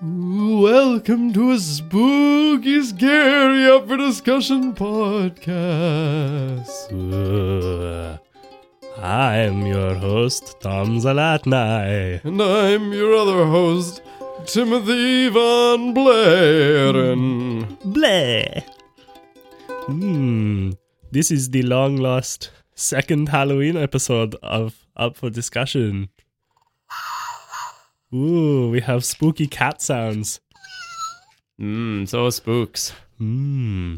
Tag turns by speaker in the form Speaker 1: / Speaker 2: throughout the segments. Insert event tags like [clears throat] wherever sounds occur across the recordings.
Speaker 1: Welcome to a spooky, scary, up for discussion podcast.
Speaker 2: I'm your host, Tom Zalatnai.
Speaker 1: And I'm your other host, Timothy Van Blairen.
Speaker 2: Bleh. Hmm. This is the long lost second Halloween episode of Up for Discussion. Ooh, we have spooky cat sounds.
Speaker 1: Mmm, so spooks.
Speaker 2: Hmm.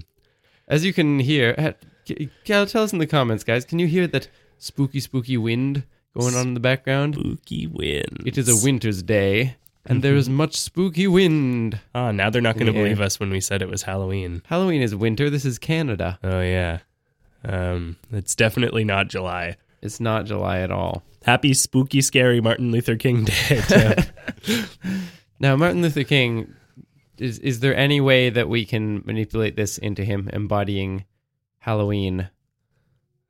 Speaker 1: As you can hear, uh, c- c- tell us in the comments, guys, can you hear that spooky, spooky wind going on in the background?
Speaker 2: Spooky wind.
Speaker 1: It is a winter's day, and there is much spooky wind.
Speaker 2: Ah, now they're not going to
Speaker 1: Yeah.
Speaker 2: believe us when we said it was Halloween.
Speaker 1: Halloween is winter. This is Canada.
Speaker 2: Oh, yeah. Um, it's definitely not July.
Speaker 1: It's not July at all.
Speaker 2: Happy spooky, scary Martin Luther King [laughs] Day. Tim.
Speaker 1: Now, Martin Luther King, is is there any way that we can manipulate this into him embodying Halloween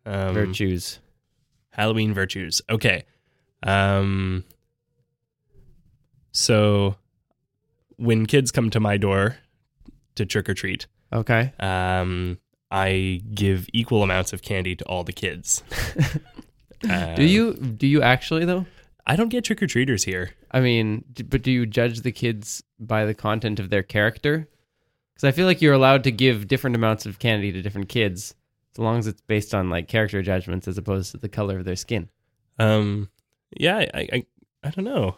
Speaker 2: um,
Speaker 1: virtues?
Speaker 2: Halloween virtues. Okay. Um so when kids come to my door to trick or treat,
Speaker 1: Okay,
Speaker 2: um I give equal amounts of candy to all
Speaker 1: [laughs]
Speaker 2: the kids.
Speaker 1: do
Speaker 2: Um,
Speaker 1: you do you actually though?
Speaker 2: I don't get trick or treaters here.
Speaker 1: I mean, d- but do you judge the kids by the content of their character? Because I feel like you're allowed to give different amounts of candy to different kids, so long as it's based on like character judgments as opposed to the color of their skin.
Speaker 2: Um yeah, I I, I don't know.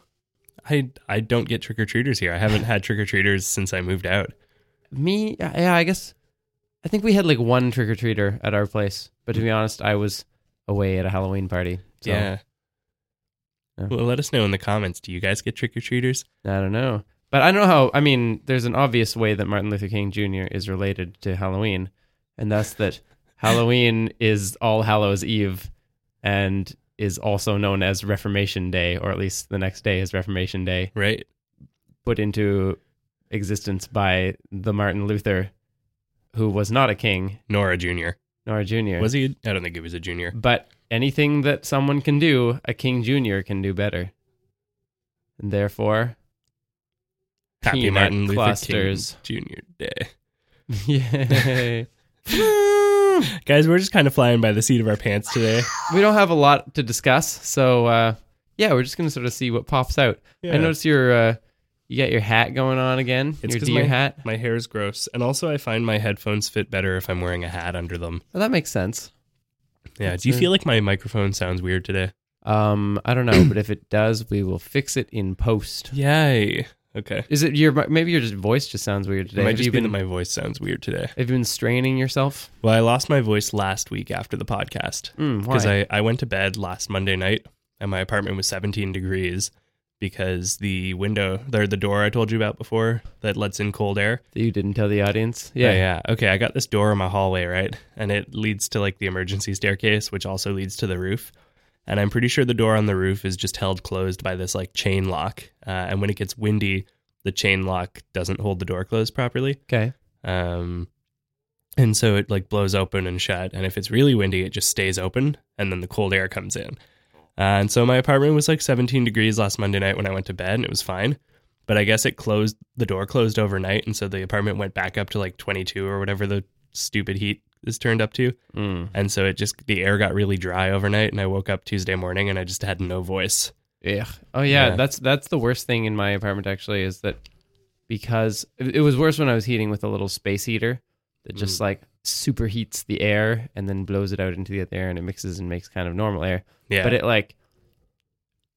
Speaker 2: I I don't get trick or treaters here. I haven't had trick or treaters since I moved out.
Speaker 1: Me, yeah, I guess. I think we had like one trick or treater at our place, but to be honest, I was away at a Halloween party. So
Speaker 2: yeah.
Speaker 1: Yeah.
Speaker 2: Well, let us know in the comments. Do you guys get trick or treaters?
Speaker 1: I don't know. But I know how. I mean, there's an obvious way that Martin Luther King Jr. is related to Halloween, and that's that Halloween is All Hallows Eve, and is also known as Reformation Day, or at least the next day is Reformation Day,
Speaker 2: Right?
Speaker 1: put into existence by the Martin Luther, who was not a king
Speaker 2: Nora Jr.
Speaker 1: nor a junior.
Speaker 2: Was he? I don't think he was a junior.
Speaker 1: But anything that someone can do, a King Junior can do better. And therefore,
Speaker 2: Happy
Speaker 1: Peanut
Speaker 2: Martin
Speaker 1: clusters. [laughs]
Speaker 2: Luther King Jr.
Speaker 1: yay.
Speaker 2: Day. [laughs] Guys, we're just kind of flying by the seat of our pants today.
Speaker 1: we don't have a lot to discuss, so uh, yeah, we're just gonna sort of see what pops out. I
Speaker 2: Yeah.
Speaker 1: notice your uh, you got your hat going on again.
Speaker 2: It's
Speaker 1: your
Speaker 2: 'cause
Speaker 1: deer
Speaker 2: my-
Speaker 1: hat.
Speaker 2: [laughs] My hair is gross, and also I find my headphones fit better if I'm wearing a hat under them.
Speaker 1: Well, Oh, that makes sense.
Speaker 2: Yeah.
Speaker 1: That's
Speaker 2: Do you
Speaker 1: it.
Speaker 2: feel like my microphone sounds weird today?
Speaker 1: Um, I don't know, but if it does, we will fix it in post.
Speaker 2: Yay. Okay.
Speaker 1: Is it your maybe your just voice just sounds weird
Speaker 2: It
Speaker 1: today?
Speaker 2: might
Speaker 1: Have
Speaker 2: just
Speaker 1: you
Speaker 2: be that
Speaker 1: been
Speaker 2: my voice sounds weird today.
Speaker 1: have you been straining yourself?
Speaker 2: Well, I lost my voice last week after the podcast
Speaker 1: Mm, why?
Speaker 2: because I, I went to bed last Monday night and my apartment was 17 degrees because the window, or the door I told you about before that lets in cold air,
Speaker 1: you didn't tell the audience.
Speaker 2: Yeah, yeah. Okay, I got this door in my hallway, right? And it leads to like the emergency staircase, which also leads to the roof. And I'm pretty sure the door on the roof is just held closed by this like chain lock. Uh, and when it gets windy, the chain lock doesn't hold the door closed properly.
Speaker 1: Okay.
Speaker 2: Um, and so it like blows open and shut. And if it's really windy, it just stays open and then the cold air comes in. Uh, and so my apartment was like 17 degrees last Monday night when I went to bed and it was fine. But I guess it closed, the door closed overnight. And so the apartment went back up to like 22 or whatever the stupid heat is turned up to.
Speaker 1: Mm.
Speaker 2: And so it just, the air got really dry overnight. And I woke up Tuesday morning and I just had no voice.
Speaker 1: Ugh. Oh yeah,
Speaker 2: Yeah.
Speaker 1: that's that's the worst thing in my apartment actually is that because it it was worse when I was heating with a little space heater that just like superheats the air and then blows it out into the other air and it mixes and makes kind of normal air.
Speaker 2: Yeah.
Speaker 1: But it like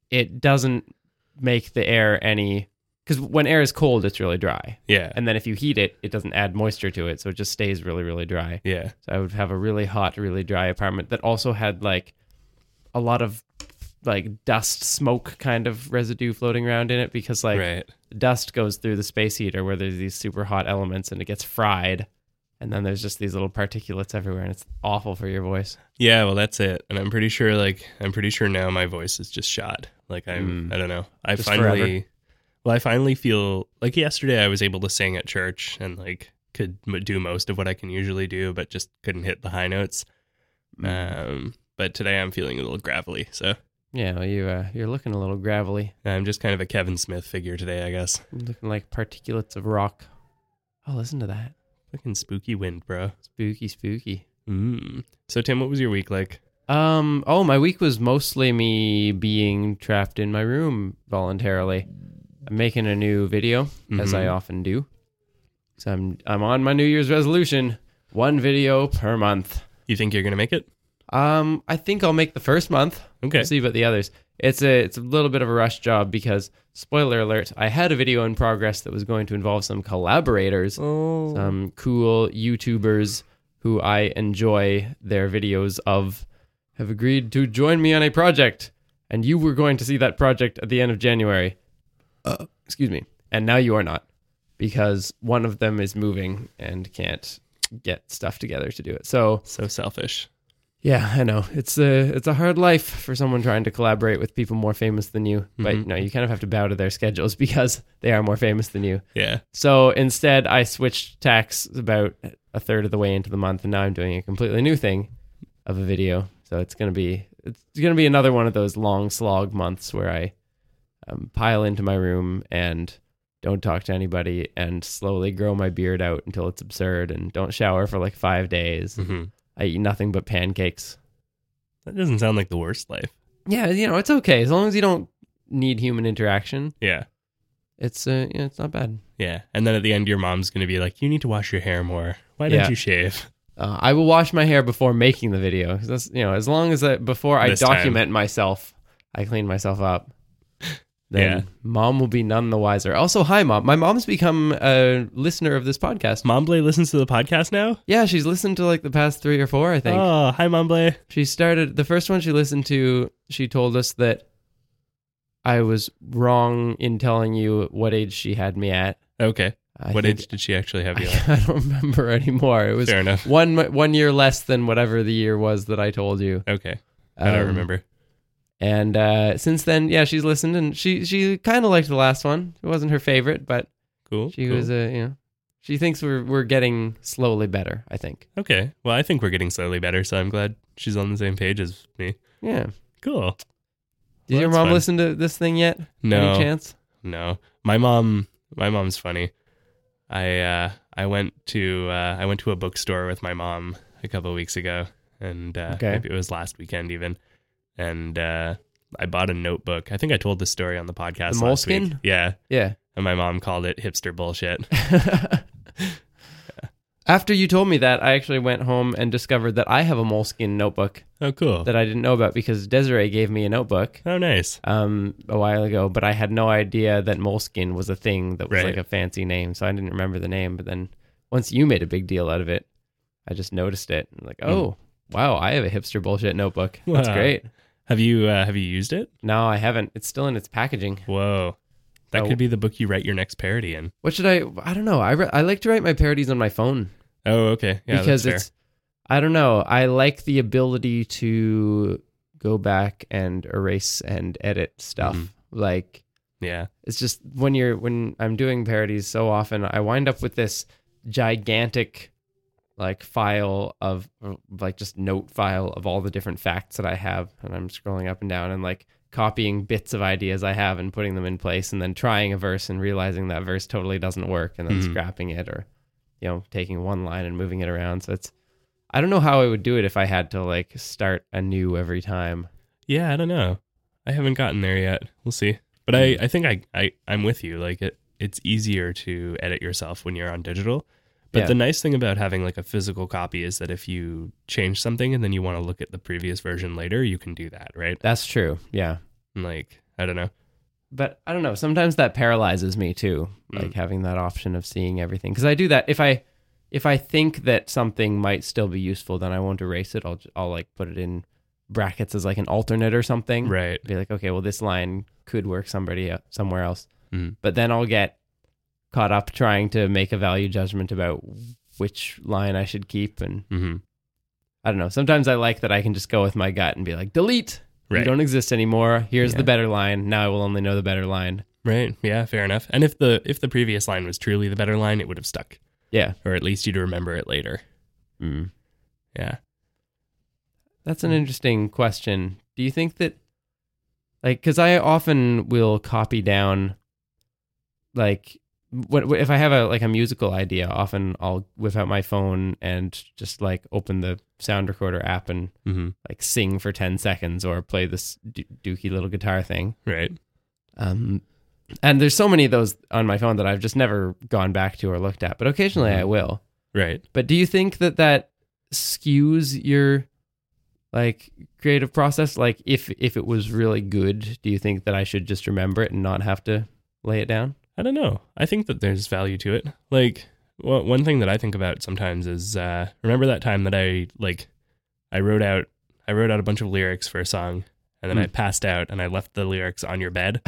Speaker 1: it doesn't make the air any because when air is cold, it's really dry,
Speaker 2: yeah.
Speaker 1: and then if you heat it, it doesn't add moisture to it, so it just stays really really dry.
Speaker 2: yeah.
Speaker 1: So I would have a really hot, really dry apartment that also had like a lot of like dust smoke kind of residue floating around in it because like
Speaker 2: right.
Speaker 1: dust goes through the space heater where there's these super hot elements and it gets fried and then there's just these little particulates everywhere and it's awful for your voice.
Speaker 2: Yeah, well, that's it. And I'm pretty sure, like, I'm pretty sure now my voice is just shot. Like, I'm, I don't know. I
Speaker 1: Mm. Just
Speaker 2: finally,
Speaker 1: forever.
Speaker 2: well, I finally feel like yesterday I was able to sing at church and, like, could m- do most of what I can usually do, but
Speaker 1: Mm.
Speaker 2: just couldn't hit the high notes. Um, but today I'm feeling a little gravelly. So
Speaker 1: Yeah, well, you uh, you're looking a little gravelly,
Speaker 2: I'm just kind of a Kevin Smith figure today, I guess.
Speaker 1: looking like particulates of rock. Oh, listen to that,
Speaker 2: Fucking spooky wind, bro.
Speaker 1: spooky, spooky.
Speaker 2: Mm. So, Tim, what was your week like?
Speaker 1: Um. Oh, my week was mostly me being trapped in my room voluntarily. I'm making a new video, as I
Speaker 2: Mhm.
Speaker 1: often do. So I'm I'm on my New Year's resolution: one video per month.
Speaker 2: You think you're gonna make it?
Speaker 1: Um, I think I'll make the first month.
Speaker 2: Okay.
Speaker 1: We'll see about the others. It's a it's a little bit of a rush job because spoiler alert, I had a video in progress that was going to involve some collaborators,
Speaker 2: Oh.
Speaker 1: some cool YouTubers who I enjoy their videos of have agreed to join me on a project and you were going to see that project at the end of January. Uh, excuse me. And now you are not because one of them is moving and can't get stuff together to do it. So,
Speaker 2: so selfish.
Speaker 1: yeah, I know. It's a it's a hard life for someone trying to collaborate with people more famous than you. But
Speaker 2: Mhm.
Speaker 1: no, you kind of have to bow to their schedules [laughs] because they are more famous than you.
Speaker 2: Yeah.
Speaker 1: So instead, I switched tax about a third of the way into the month, and now I'm doing a completely new thing of a video. So it's gonna be it's gonna be another one of those long slog months where I um, pile into my room and don't talk to anybody and slowly grow my beard out until it's absurd and don't shower for like five days.
Speaker 2: hmm
Speaker 1: I eat nothing but pancakes.
Speaker 2: That doesn't sound like the worst life.
Speaker 1: Yeah, you know, it's okay as long as you don't need human interaction.
Speaker 2: Yeah.
Speaker 1: It's uh, yeah, it's not bad.
Speaker 2: Yeah. And then at the end, your mom's gonna be like, "You need to wash your hair more. Why don't
Speaker 1: Yeah.
Speaker 2: you shave?"
Speaker 1: Uh, I will wash my hair before making the video. 'cause That's you know, as long as I, before I
Speaker 2: This time.
Speaker 1: document myself, I clean myself
Speaker 2: [laughs]
Speaker 1: up. Then
Speaker 2: Yeah.
Speaker 1: mom will be none the wiser. Also, hi mom. My mom's become a listener of this podcast.
Speaker 2: Momblay listens to the podcast now.
Speaker 1: Yeah, she's listened to like the past three or four. I think
Speaker 2: Oh, hi, Momblay.
Speaker 1: she started the first one she listened to. She told us that I was wrong in telling you what age she had me at.
Speaker 2: Okay.
Speaker 1: I
Speaker 2: what
Speaker 1: think
Speaker 2: age did she actually have you? at?
Speaker 1: I, I don't remember anymore. It [laughs] was
Speaker 2: Fair enough.
Speaker 1: one one year less than whatever the year was that I told you.
Speaker 2: Okay. I don't
Speaker 1: Um,
Speaker 2: remember.
Speaker 1: And uh, since then, yeah, she's listened, and she she kind of liked the last one. It wasn't her favorite, but
Speaker 2: Cool.
Speaker 1: she
Speaker 2: cool.
Speaker 1: was uh, you know she thinks we're we're getting slowly better. I think.
Speaker 2: Okay. Well, I think we're getting slowly better, so I'm glad she's on the same page as me.
Speaker 1: Yeah.
Speaker 2: Cool.
Speaker 1: Did
Speaker 2: Well,
Speaker 1: your
Speaker 2: that's
Speaker 1: mom
Speaker 2: fun.
Speaker 1: listen to this thing yet? Any
Speaker 2: No.
Speaker 1: chance?
Speaker 2: No. My mom my mom's funny. I uh I went to uh I went to a bookstore with my mom a couple weeks ago and uh
Speaker 1: Okay.
Speaker 2: maybe it was last weekend even. And uh I bought a notebook. I think I told the story on the podcast
Speaker 1: The
Speaker 2: last week.
Speaker 1: Moleskine?
Speaker 2: Yeah.
Speaker 1: Yeah. [laughs]
Speaker 2: And my mom called it hipster bullshit.
Speaker 1: After you told me that, I actually went home and discovered that I have a moleskin notebook
Speaker 2: oh cool.
Speaker 1: that I didn't know about because Desiree gave me a notebook.
Speaker 2: Oh nice.
Speaker 1: um, a while ago, but I had no idea that Moleskin was a thing that was
Speaker 2: Right.
Speaker 1: like a fancy name, so I didn't remember the name. But then once you made a big deal out of it, I just noticed it. i
Speaker 2: Hmm.
Speaker 1: like, oh wow, I have a hipster bullshit
Speaker 2: [laughs]
Speaker 1: notebook. That's
Speaker 2: Wow.
Speaker 1: great.
Speaker 2: Have you uh have you used it?
Speaker 1: No, I haven't. It's still in its packaging.
Speaker 2: Whoa. That
Speaker 1: Oh.
Speaker 2: could be the book you write your next parody in.
Speaker 1: What should I? I don't know. I re- I like to write my parodies on my phone
Speaker 2: Oh, okay. Yeah, that's
Speaker 1: because
Speaker 2: fair.
Speaker 1: it's. I don't know. I like the ability to go back and erase and edit stuff.
Speaker 2: Mhm.
Speaker 1: Like
Speaker 2: yeah.
Speaker 1: it's just when you're when I'm doing parodies so often, I wind up with this gigantic like file of like just note file of all the different facts that I have, and I'm scrolling up and down and like copying bits of ideas I have and putting them in place, and then trying a verse and realizing that verse totally doesn't work, and then
Speaker 2: Mhm.
Speaker 1: scrapping it or you know taking one line and moving it around. So it's I don't know how I would do it if I had to like start anew every time.
Speaker 2: Yeah, I don't know. I haven't gotten there yet. We'll see. But I, I think I, I, I'm with you. Like it, it's easier to edit yourself when you're on digital. But
Speaker 1: Yeah.
Speaker 2: the nice thing about having like a physical copy is that if you change something and then you want to look at the previous version later, you can do that, right?
Speaker 1: That's true. Yeah.
Speaker 2: And like, I don't know.
Speaker 1: but I don't know. Sometimes that paralyzes me too,
Speaker 2: Mm.
Speaker 1: like having that option of seeing everything. Because I do that if I if I think that something might still be useful, then I won't erase it. I'll ju- I'll like put it in brackets as like an alternate or something.
Speaker 2: Right.
Speaker 1: Be like, okay, well this line could work somebody uh, somewhere else.
Speaker 2: Mm.
Speaker 1: But then I'll get caught up trying to make a value judgment about which line I should keep and
Speaker 2: hmm
Speaker 1: I don't know. Sometimes I like that I can just go with my gut and be like, delete. You
Speaker 2: Right.
Speaker 1: don't exist anymore. Here's
Speaker 2: Yeah.
Speaker 1: the better line. Now I will only know the better line.
Speaker 2: Right. Yeah. Fair enough. And if the if the previous line was truly the better line, it would have stuck,
Speaker 1: Yeah.
Speaker 2: or at least you'd remember it later.
Speaker 1: Mm.
Speaker 2: Yeah.
Speaker 1: That's an interesting question. Do you think that like because I often will copy down, like what what- if I have a like a musical idea, often I'll whip out my phone and just like open the sound recorder app and
Speaker 2: Mm-hmm.
Speaker 1: like sing for ten seconds or play this do- dookie little guitar thing.
Speaker 2: Right.
Speaker 1: Um, and there's so many of those on my phone that I've just never gone back to or looked at, but occasionally I will.
Speaker 2: Right.
Speaker 1: But do you think that that skews your like creative process? Like if if it was really good, do you think that I should just remember it and not have to lay it
Speaker 2: [laughs]
Speaker 1: down?
Speaker 2: I don't know. I think that there's value to it. Like well, one thing that I think about sometimes is uh, remember that time that I like I wrote out I wrote out a bunch of lyrics for a song and then I
Speaker 1: Hmm.
Speaker 2: passed out and I left the lyrics on your bed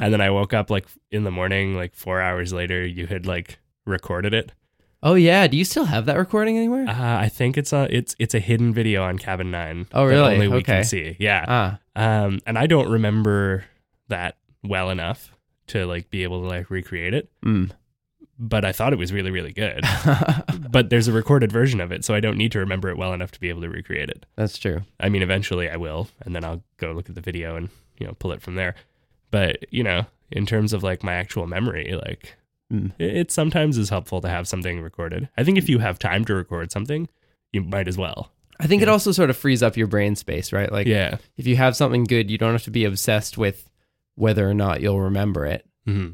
Speaker 2: and then I woke up like in the morning like 4 hours later you had like recorded it.
Speaker 1: oh yeah, do you still have that recording anywhere?
Speaker 2: Uh, I think it's a it's it's a hidden video on Cabin 9.
Speaker 1: Oh,
Speaker 2: that
Speaker 1: really?
Speaker 2: only we
Speaker 1: Okay.
Speaker 2: can see. Yeah.
Speaker 1: ah,
Speaker 2: Um and I don't remember that well enough to like be able to like recreate it, [laughs]
Speaker 1: mm.
Speaker 2: but I thought it was really really good. but there's a recorded version of it, so I don't need to remember it well enough to be able to recreate it.
Speaker 1: that's true.
Speaker 2: I mean, eventually I will, and then I'll go look at the video and you know pull it from there. But you know, in terms of like my actual memory, like
Speaker 1: Mm.
Speaker 2: it, it sometimes is helpful to have something recorded. I think if you have time to record something, you might as well.
Speaker 1: I think it
Speaker 2: Yeah.
Speaker 1: also sort of frees up your brain space, right? Like
Speaker 2: yeah.
Speaker 1: if you have something good, you don't have to be obsessed with whether or not you'll remember it.
Speaker 2: hmm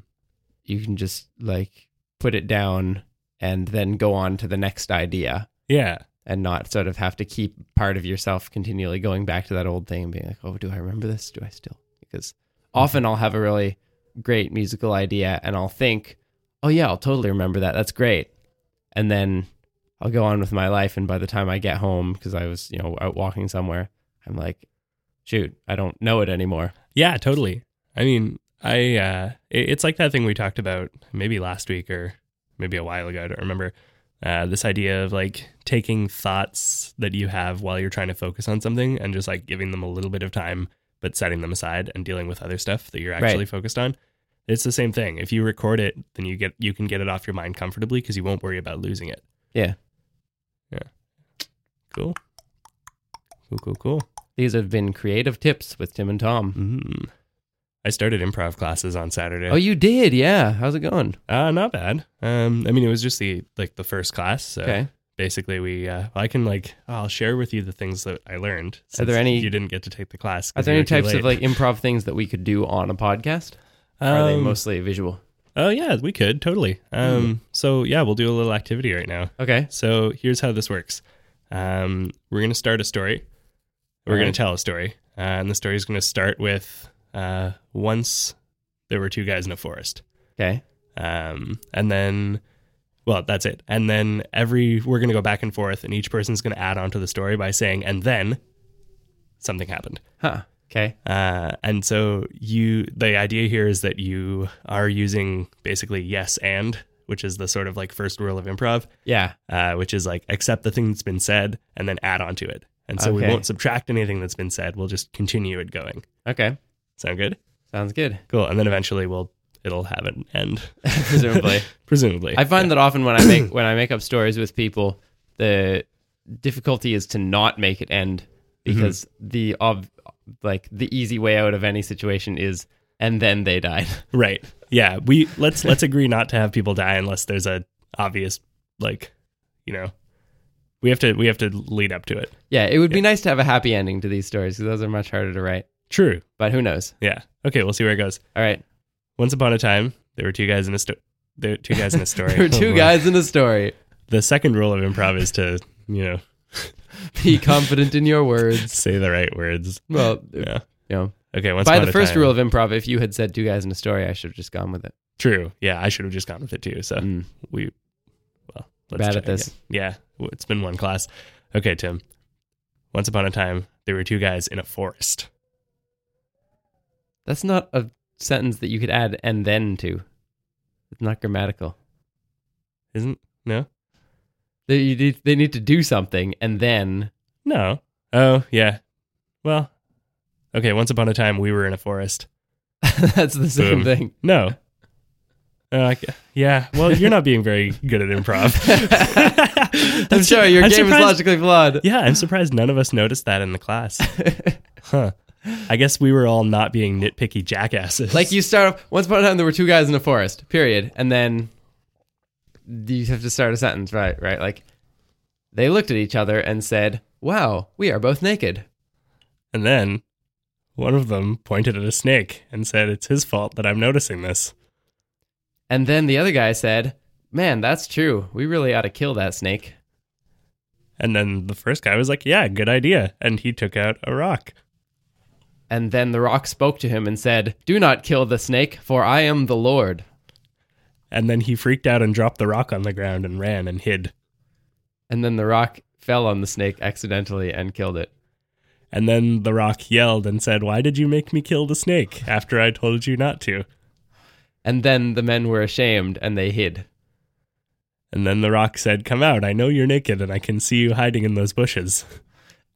Speaker 1: you can just like put it down and then go on to the next idea
Speaker 2: Yeah.
Speaker 1: and not sort of have to keep part of yourself continually going back to that old thing and being like, oh, do I remember this? Do I still? Because often I'll have a really great musical idea and I'll think, oh, yeah, I'll totally remember that. That's great. And then I'll go on with my life. And by the time I get home, because I was, you know, out walking somewhere, I'm like, shoot, I don't know it anymore.
Speaker 2: Yeah, totally. I mean, I uh it- it's like that thing we talked about maybe last week or maybe a while ago, I don't remember. Uh this idea of like taking thoughts that you have while you're trying to focus on something and just like giving them a little bit of time but setting them aside and dealing with other stuff that you're
Speaker 1: Right.
Speaker 2: actually focused on. It's the same thing. If you record it, then you get you can get it off your mind comfortably because you won't worry about losing it.
Speaker 1: Yeah.
Speaker 2: Yeah. Cool. Cool, cool, cool.
Speaker 1: These have been creative tips with Tim and Tom.
Speaker 2: Mm. I started improv classes on Saturday.
Speaker 1: Mm-hmm. Oh, you did? Yeah. How's it going?
Speaker 2: Uh, not bad. Um, I mean, it was just the like the first class. So
Speaker 1: Okay.
Speaker 2: basically, we uh, I can like I'll share with you the things that I learned.
Speaker 1: Are there
Speaker 2: since
Speaker 1: any-
Speaker 2: you didn't get to take the class?
Speaker 1: Are
Speaker 2: 'cause
Speaker 1: there
Speaker 2: you
Speaker 1: any
Speaker 2: were too
Speaker 1: types
Speaker 2: late.
Speaker 1: of like improv things that we could do on a podcast? Or are they
Speaker 2: Um,
Speaker 1: mostly visual?
Speaker 2: Oh yeah, we could totally. Um,
Speaker 1: Hmm.
Speaker 2: so yeah, we'll do a little activity right now.
Speaker 1: Okay.
Speaker 2: So here's how this works. Um, we're gonna start a story. We're
Speaker 1: Alright.
Speaker 2: gonna tell a story, uh, and the story is gonna start with uh, once there were two guys in a forest.
Speaker 1: Okay.
Speaker 2: um, and then well that's it and then every we're going to go back and forth and each person's going to add on to the story by saying and then something happened
Speaker 1: Huh. Okay.
Speaker 2: uh, and so you the idea here is that you are using basically yes and which is the sort of like first rule of improv
Speaker 1: Yeah.
Speaker 2: uh, which is like accept the thing that's been said and then add on to it and so we
Speaker 1: Okay.
Speaker 2: won't subtract anything that's been said we'll just continue it going
Speaker 1: Okay.
Speaker 2: sound good
Speaker 1: Sounds good.
Speaker 2: cool and then eventually we'll it'll have an end
Speaker 1: [laughs] Presumably.
Speaker 2: [laughs] presumably
Speaker 1: I find that often when I make [coughs] when I make up stories with people, the difficulty is to not make it end because the ob- like the easy way out of any situation is and then they died. [laughs]
Speaker 2: Right. Yeah. We let's let's agree not to have people die unless there's a obvious like, you know, we have to we have to lead up to it.
Speaker 1: yeah, it would be nice to have a happy ending to these stories because those are much harder to write.
Speaker 2: True.
Speaker 1: But who knows?
Speaker 2: Yeah. Okay. We'll see where it goes.
Speaker 1: All right.
Speaker 2: Once upon a time, there were two guys in a sto- there were two guys in a story.
Speaker 1: [laughs]
Speaker 2: Oh,
Speaker 1: There are two guys in a story.
Speaker 2: The second rule of improv is to you know
Speaker 1: Be confident in your words.
Speaker 2: say the right words.
Speaker 1: Well,
Speaker 2: Yeah.
Speaker 1: you know,
Speaker 2: Okay. Once
Speaker 1: by
Speaker 2: upon
Speaker 1: the
Speaker 2: a
Speaker 1: first
Speaker 2: time-
Speaker 1: rule of improv, if you had said two guys in a story, I should have just gone with it.
Speaker 2: True. Yeah. I should have just gone with it too. So
Speaker 1: Mm.
Speaker 2: we well let's
Speaker 1: Bad
Speaker 2: try
Speaker 1: at this.
Speaker 2: again. Yeah. Well, It's been one class. Okay, Tim. Once upon a time, there were two guys in a forest.
Speaker 1: That's not a sentence that you could add and then to. It's not grammatical.
Speaker 2: Isn't no?
Speaker 1: They, you need, they need to do something and then. [laughs]
Speaker 2: No. Oh, yeah. Well, okay. Once upon a time, we were in a forest.
Speaker 1: that's the same
Speaker 2: Boom.
Speaker 1: thing.
Speaker 2: No. Uh, c- yeah. Well, you're not being very good at improv.
Speaker 1: [laughs] I'm
Speaker 2: [laughs] I'm su-
Speaker 1: sorry, your
Speaker 2: I'm
Speaker 1: game is
Speaker 2: surprised-
Speaker 1: logically flawed. [laughs]
Speaker 2: Yeah, I'm surprised none of us noticed that in the class. Huh. I guess we were all not being nitpicky jackasses.
Speaker 1: Like you start off once upon a time there were two guys in a forest, period. And then you have to start a sentence, right, right? Like they looked at each other and said, Wow, we are both naked.
Speaker 2: And then one of them pointed at a snake and said, It's his fault that I'm noticing this.
Speaker 1: And then the other guy said, Man, that's true. We really ought to kill that snake.
Speaker 2: And then the first guy was like, Yeah, good idea. And he took out a rock.
Speaker 1: And then the rock spoke to him and said, Do not kill the snake, for I am the Lord.
Speaker 2: And then he freaked out and dropped the rock on the ground and ran and hid.
Speaker 1: And then the rock fell on the snake accidentally and killed it.
Speaker 2: And then the rock yelled and said, Why did you make me kill the snake after I told you not to?
Speaker 1: And then the men were ashamed and they hid. [laughs]
Speaker 2: And then the rock said, Come out, I know you're naked and I can see you hiding in those bushes.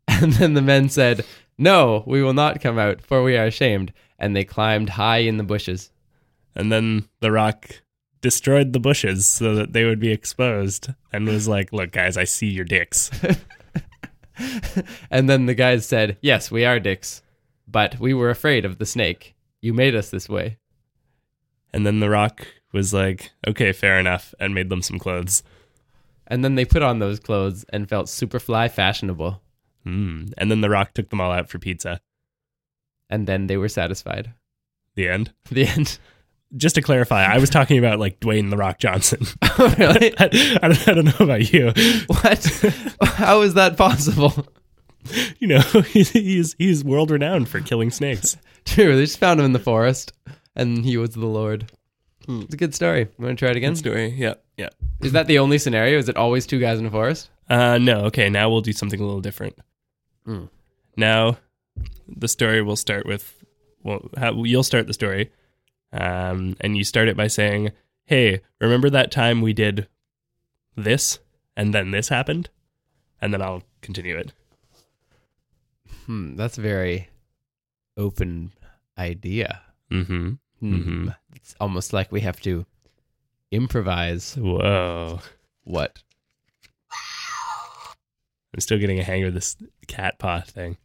Speaker 1: And then the men said, No, we will not come out, for we are ashamed. And they climbed high in the bushes.
Speaker 2: And then the rock destroyed the bushes so that they would be exposed and was like, Look, guys, I see your dicks.
Speaker 1: and then the guys said, Yes, we are dicks, but we were afraid of the snake. You made us this way.
Speaker 2: And then the rock was like, Okay, fair enough, and made them some clothes.
Speaker 1: And then they put on those clothes and felt super fly fashionable.
Speaker 2: Mm. And then the rock took them all out for pizza.
Speaker 1: And then they were satisfied. [laughs]
Speaker 2: The end.
Speaker 1: The end. [laughs]
Speaker 2: Just to clarify, I was talking about like Dwayne the Rock Johnson.
Speaker 1: Oh, really?
Speaker 2: [laughs] I, I don't, I don't know about you.
Speaker 1: what? [laughs] How is that possible? [laughs]
Speaker 2: You know, [laughs] he's he's, he's world renowned for killing [laughs] snakes.
Speaker 1: True, they just found him in the forest and he was the Lord. It's a Hmm. good story. You want to try it again?
Speaker 2: story. Yeah, yeah.
Speaker 1: Is that the only scenario? Is it always two guys in a forest?
Speaker 2: Uh, no, okay, now we'll do something a little different.
Speaker 1: Mm.
Speaker 2: Now, the story will start with, well, how, you'll start the story, um, and you start it by saying, hey, remember that time we did this, and then this happened? And then I'll continue it.
Speaker 1: Hmm, that's a very open idea.
Speaker 2: Mm-hmm.
Speaker 1: Hmm.
Speaker 2: Mhm.
Speaker 1: It's almost like we have to improvise
Speaker 2: Whoa.
Speaker 1: what?
Speaker 2: I'm still getting a hang of this cat paw thing.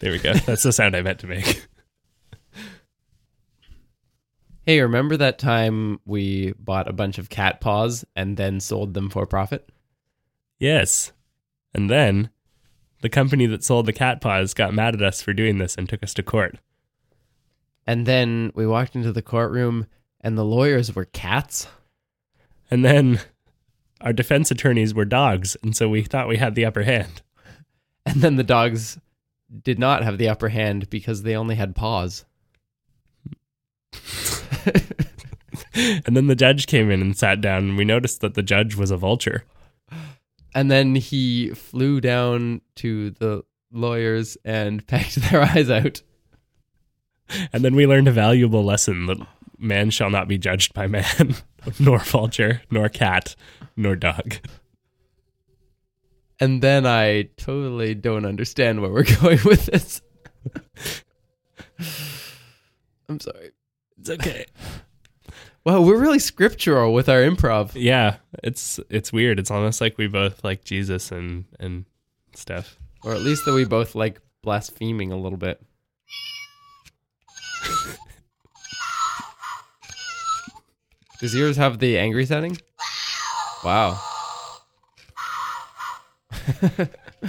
Speaker 2: There we go. That's the sound I meant to make.
Speaker 1: Hey, remember that time we bought a bunch of cat paws and then sold them for profit?
Speaker 2: Yes. And then the company that sold the cat paws got mad at us for doing this and took us to court.
Speaker 1: And then we walked into the courtroom and the lawyers were cats?
Speaker 2: And then our defense attorneys were dogs, and so we thought we had the upper hand. [laughs]
Speaker 1: And then the dogs did not have the upper hand because they only had paws.
Speaker 2: And then the judge came in and sat down, and we noticed that the judge was a vulture.
Speaker 1: And then he flew down to the lawyers and [laughs] pecked their eyes out.
Speaker 2: And then we learned a valuable lesson that man shall not be judged by man, [laughs] nor vulture, nor cat, nor dog.
Speaker 1: And then I totally don't understand where we're [laughs] going with this. I'm sorry.
Speaker 2: It's okay.
Speaker 1: Wow, we're really scriptural with our improv.
Speaker 2: Yeah, it's it's weird. It's almost like we both like Jesus and and stuff.
Speaker 1: Or at least that we both like blaspheming a little bit. Does yours have the angry setting? Wow.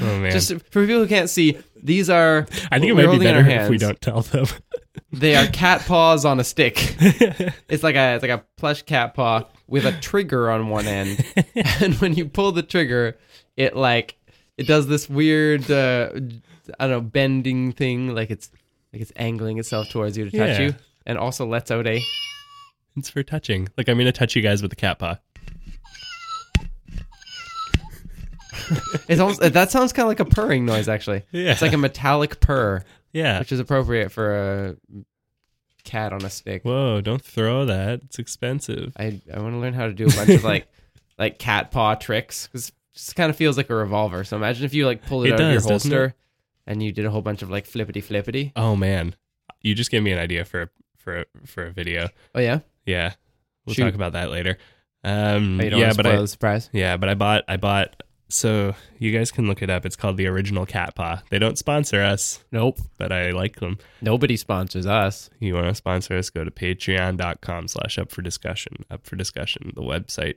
Speaker 2: Oh man.
Speaker 1: Just for people who can't see, these are
Speaker 2: I think it
Speaker 1: we're
Speaker 2: might be
Speaker 1: holding in our
Speaker 2: better if we
Speaker 1: hands.
Speaker 2: don't tell them.
Speaker 1: They are cat paws on a stick. it's like a it's like a plush cat paw with a trigger on one
Speaker 2: [laughs]
Speaker 1: end, and when you pull the trigger, it like it does this weird uh, I don't know bending thing, like it's like it's angling itself towards you to touch
Speaker 2: Yeah.
Speaker 1: you, and also lets out a.
Speaker 2: [laughs] it's for touching. Like I'm gonna touch you guys with a cat paw.
Speaker 1: It's almost that sounds kind of like a purring noise actually.
Speaker 2: Yeah.
Speaker 1: It's like a metallic
Speaker 2: [laughs]
Speaker 1: purr,
Speaker 2: Yeah.
Speaker 1: which is appropriate for a cat on a stick.
Speaker 2: Whoa, don't throw that. It's expensive.
Speaker 1: I I want to learn how to do a
Speaker 2: [laughs]
Speaker 1: bunch of like like cat paw tricks because just kind of feels like a revolver. So imagine if you like pulled it,
Speaker 2: It
Speaker 1: out of
Speaker 2: does,
Speaker 1: your
Speaker 2: doesn't it?
Speaker 1: holster and you did a whole bunch of like flippity flippity.
Speaker 2: Oh man. You just gave me an idea for a for a- for a video.
Speaker 1: Oh yeah,
Speaker 2: Yeah. We'll
Speaker 1: Shoot.
Speaker 2: talk about that later. Um
Speaker 1: oh, you don't
Speaker 2: yeah,
Speaker 1: want to
Speaker 2: but
Speaker 1: spoil
Speaker 2: I
Speaker 1: the surprise.
Speaker 2: yeah, but I bought I bought So you guys can look it up. It's called the original cat paw. They don't sponsor us,
Speaker 1: Nope.
Speaker 2: but I like them.
Speaker 1: Nobody sponsors us.
Speaker 2: You want to sponsor us? Go to patreon.com slash up for discussion. Up for discussion, the website.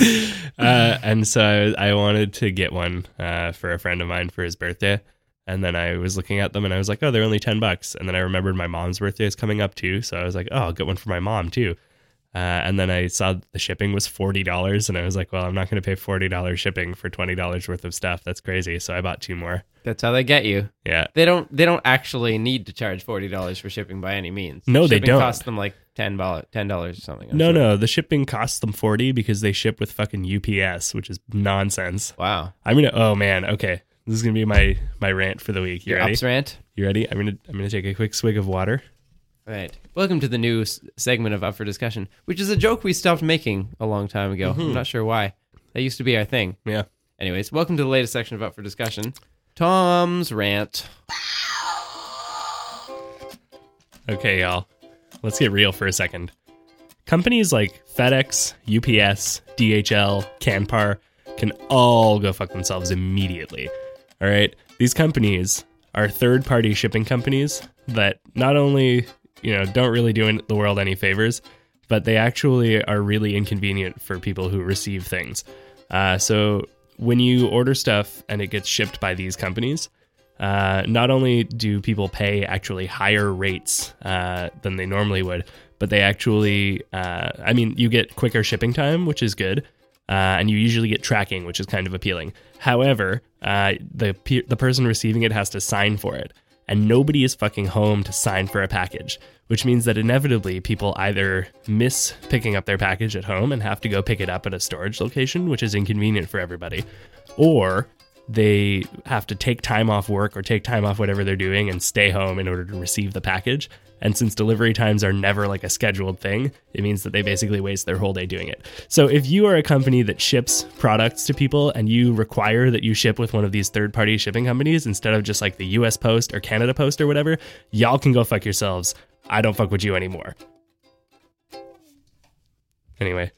Speaker 2: uh, and so I wanted to get one uh, for a friend of mine for his birthday. And then I was looking at them and I was like, oh, they're only 10 bucks. And then I remembered my mom's birthday is coming up too. So I was like, oh, I'll get one for my mom too. Uh, and then I saw that the shipping was $40. And I was like, well, I'm not going to pay $40 shipping for $20 worth of stuff. That's crazy. So I bought two more.
Speaker 1: That's how they get you.
Speaker 2: Yeah.
Speaker 1: They don't. They don't actually need to charge forty dollars for shipping by any means.
Speaker 2: No, they
Speaker 1: shipping
Speaker 2: don't.
Speaker 1: Cost them like ten dollars, ten dollars or something. I'm
Speaker 2: No,
Speaker 1: sure.
Speaker 2: no, the shipping costs them 40 because they ship with fucking UPS, which is nonsense.
Speaker 1: Wow.
Speaker 2: I'm going to Oh man, okay. This is going to be my my rant for the week. You
Speaker 1: Your
Speaker 2: ready?
Speaker 1: ups rant.
Speaker 2: You ready? I'm going to I'm going to take a quick swig of water.
Speaker 1: All right. Welcome to the new s- segment of Up for Discussion, which is a joke we stopped making a long time ago.
Speaker 2: Mm-hmm.
Speaker 1: I'm not sure why. That used to be our thing.
Speaker 2: Yeah.
Speaker 1: Anyways, welcome to the latest section of Up for Discussion. Tom's rant.
Speaker 2: Okay, y'all. Let's get real for a second. Companies like FedEx, UPS, DHL, Canpar can all go fuck themselves immediately. All right? These companies are third-party shipping companies that not only, you know, don't really do in- the world any favors, but they actually are really inconvenient for people who receive things. Uh, so when you order stuff and it gets shipped by these companies, uh, not only do people pay actually higher rates uh, than they normally would, but they actually, uh, I mean, you get quicker shipping time, which is good, uh, and you usually get tracking, which is kind of appealing. However, uh, the pe- the person receiving it has to sign for it, and nobody is fucking home to sign for a package, which means that inevitably people either miss picking up their package at home and have to go pick it up at a storage location, which is inconvenient for everybody, or they have to take time off work or take time off whatever they're doing and stay home in order to receive the package. And since delivery times are never like a scheduled thing, it means that they basically waste their whole day doing it. So if you are a company that ships products to people and you require that you ship with one of these third party shipping companies instead of just like the US Post or Canada Post or whatever, y'all can go fuck yourselves. I don't fuck with you anymore. Anyway.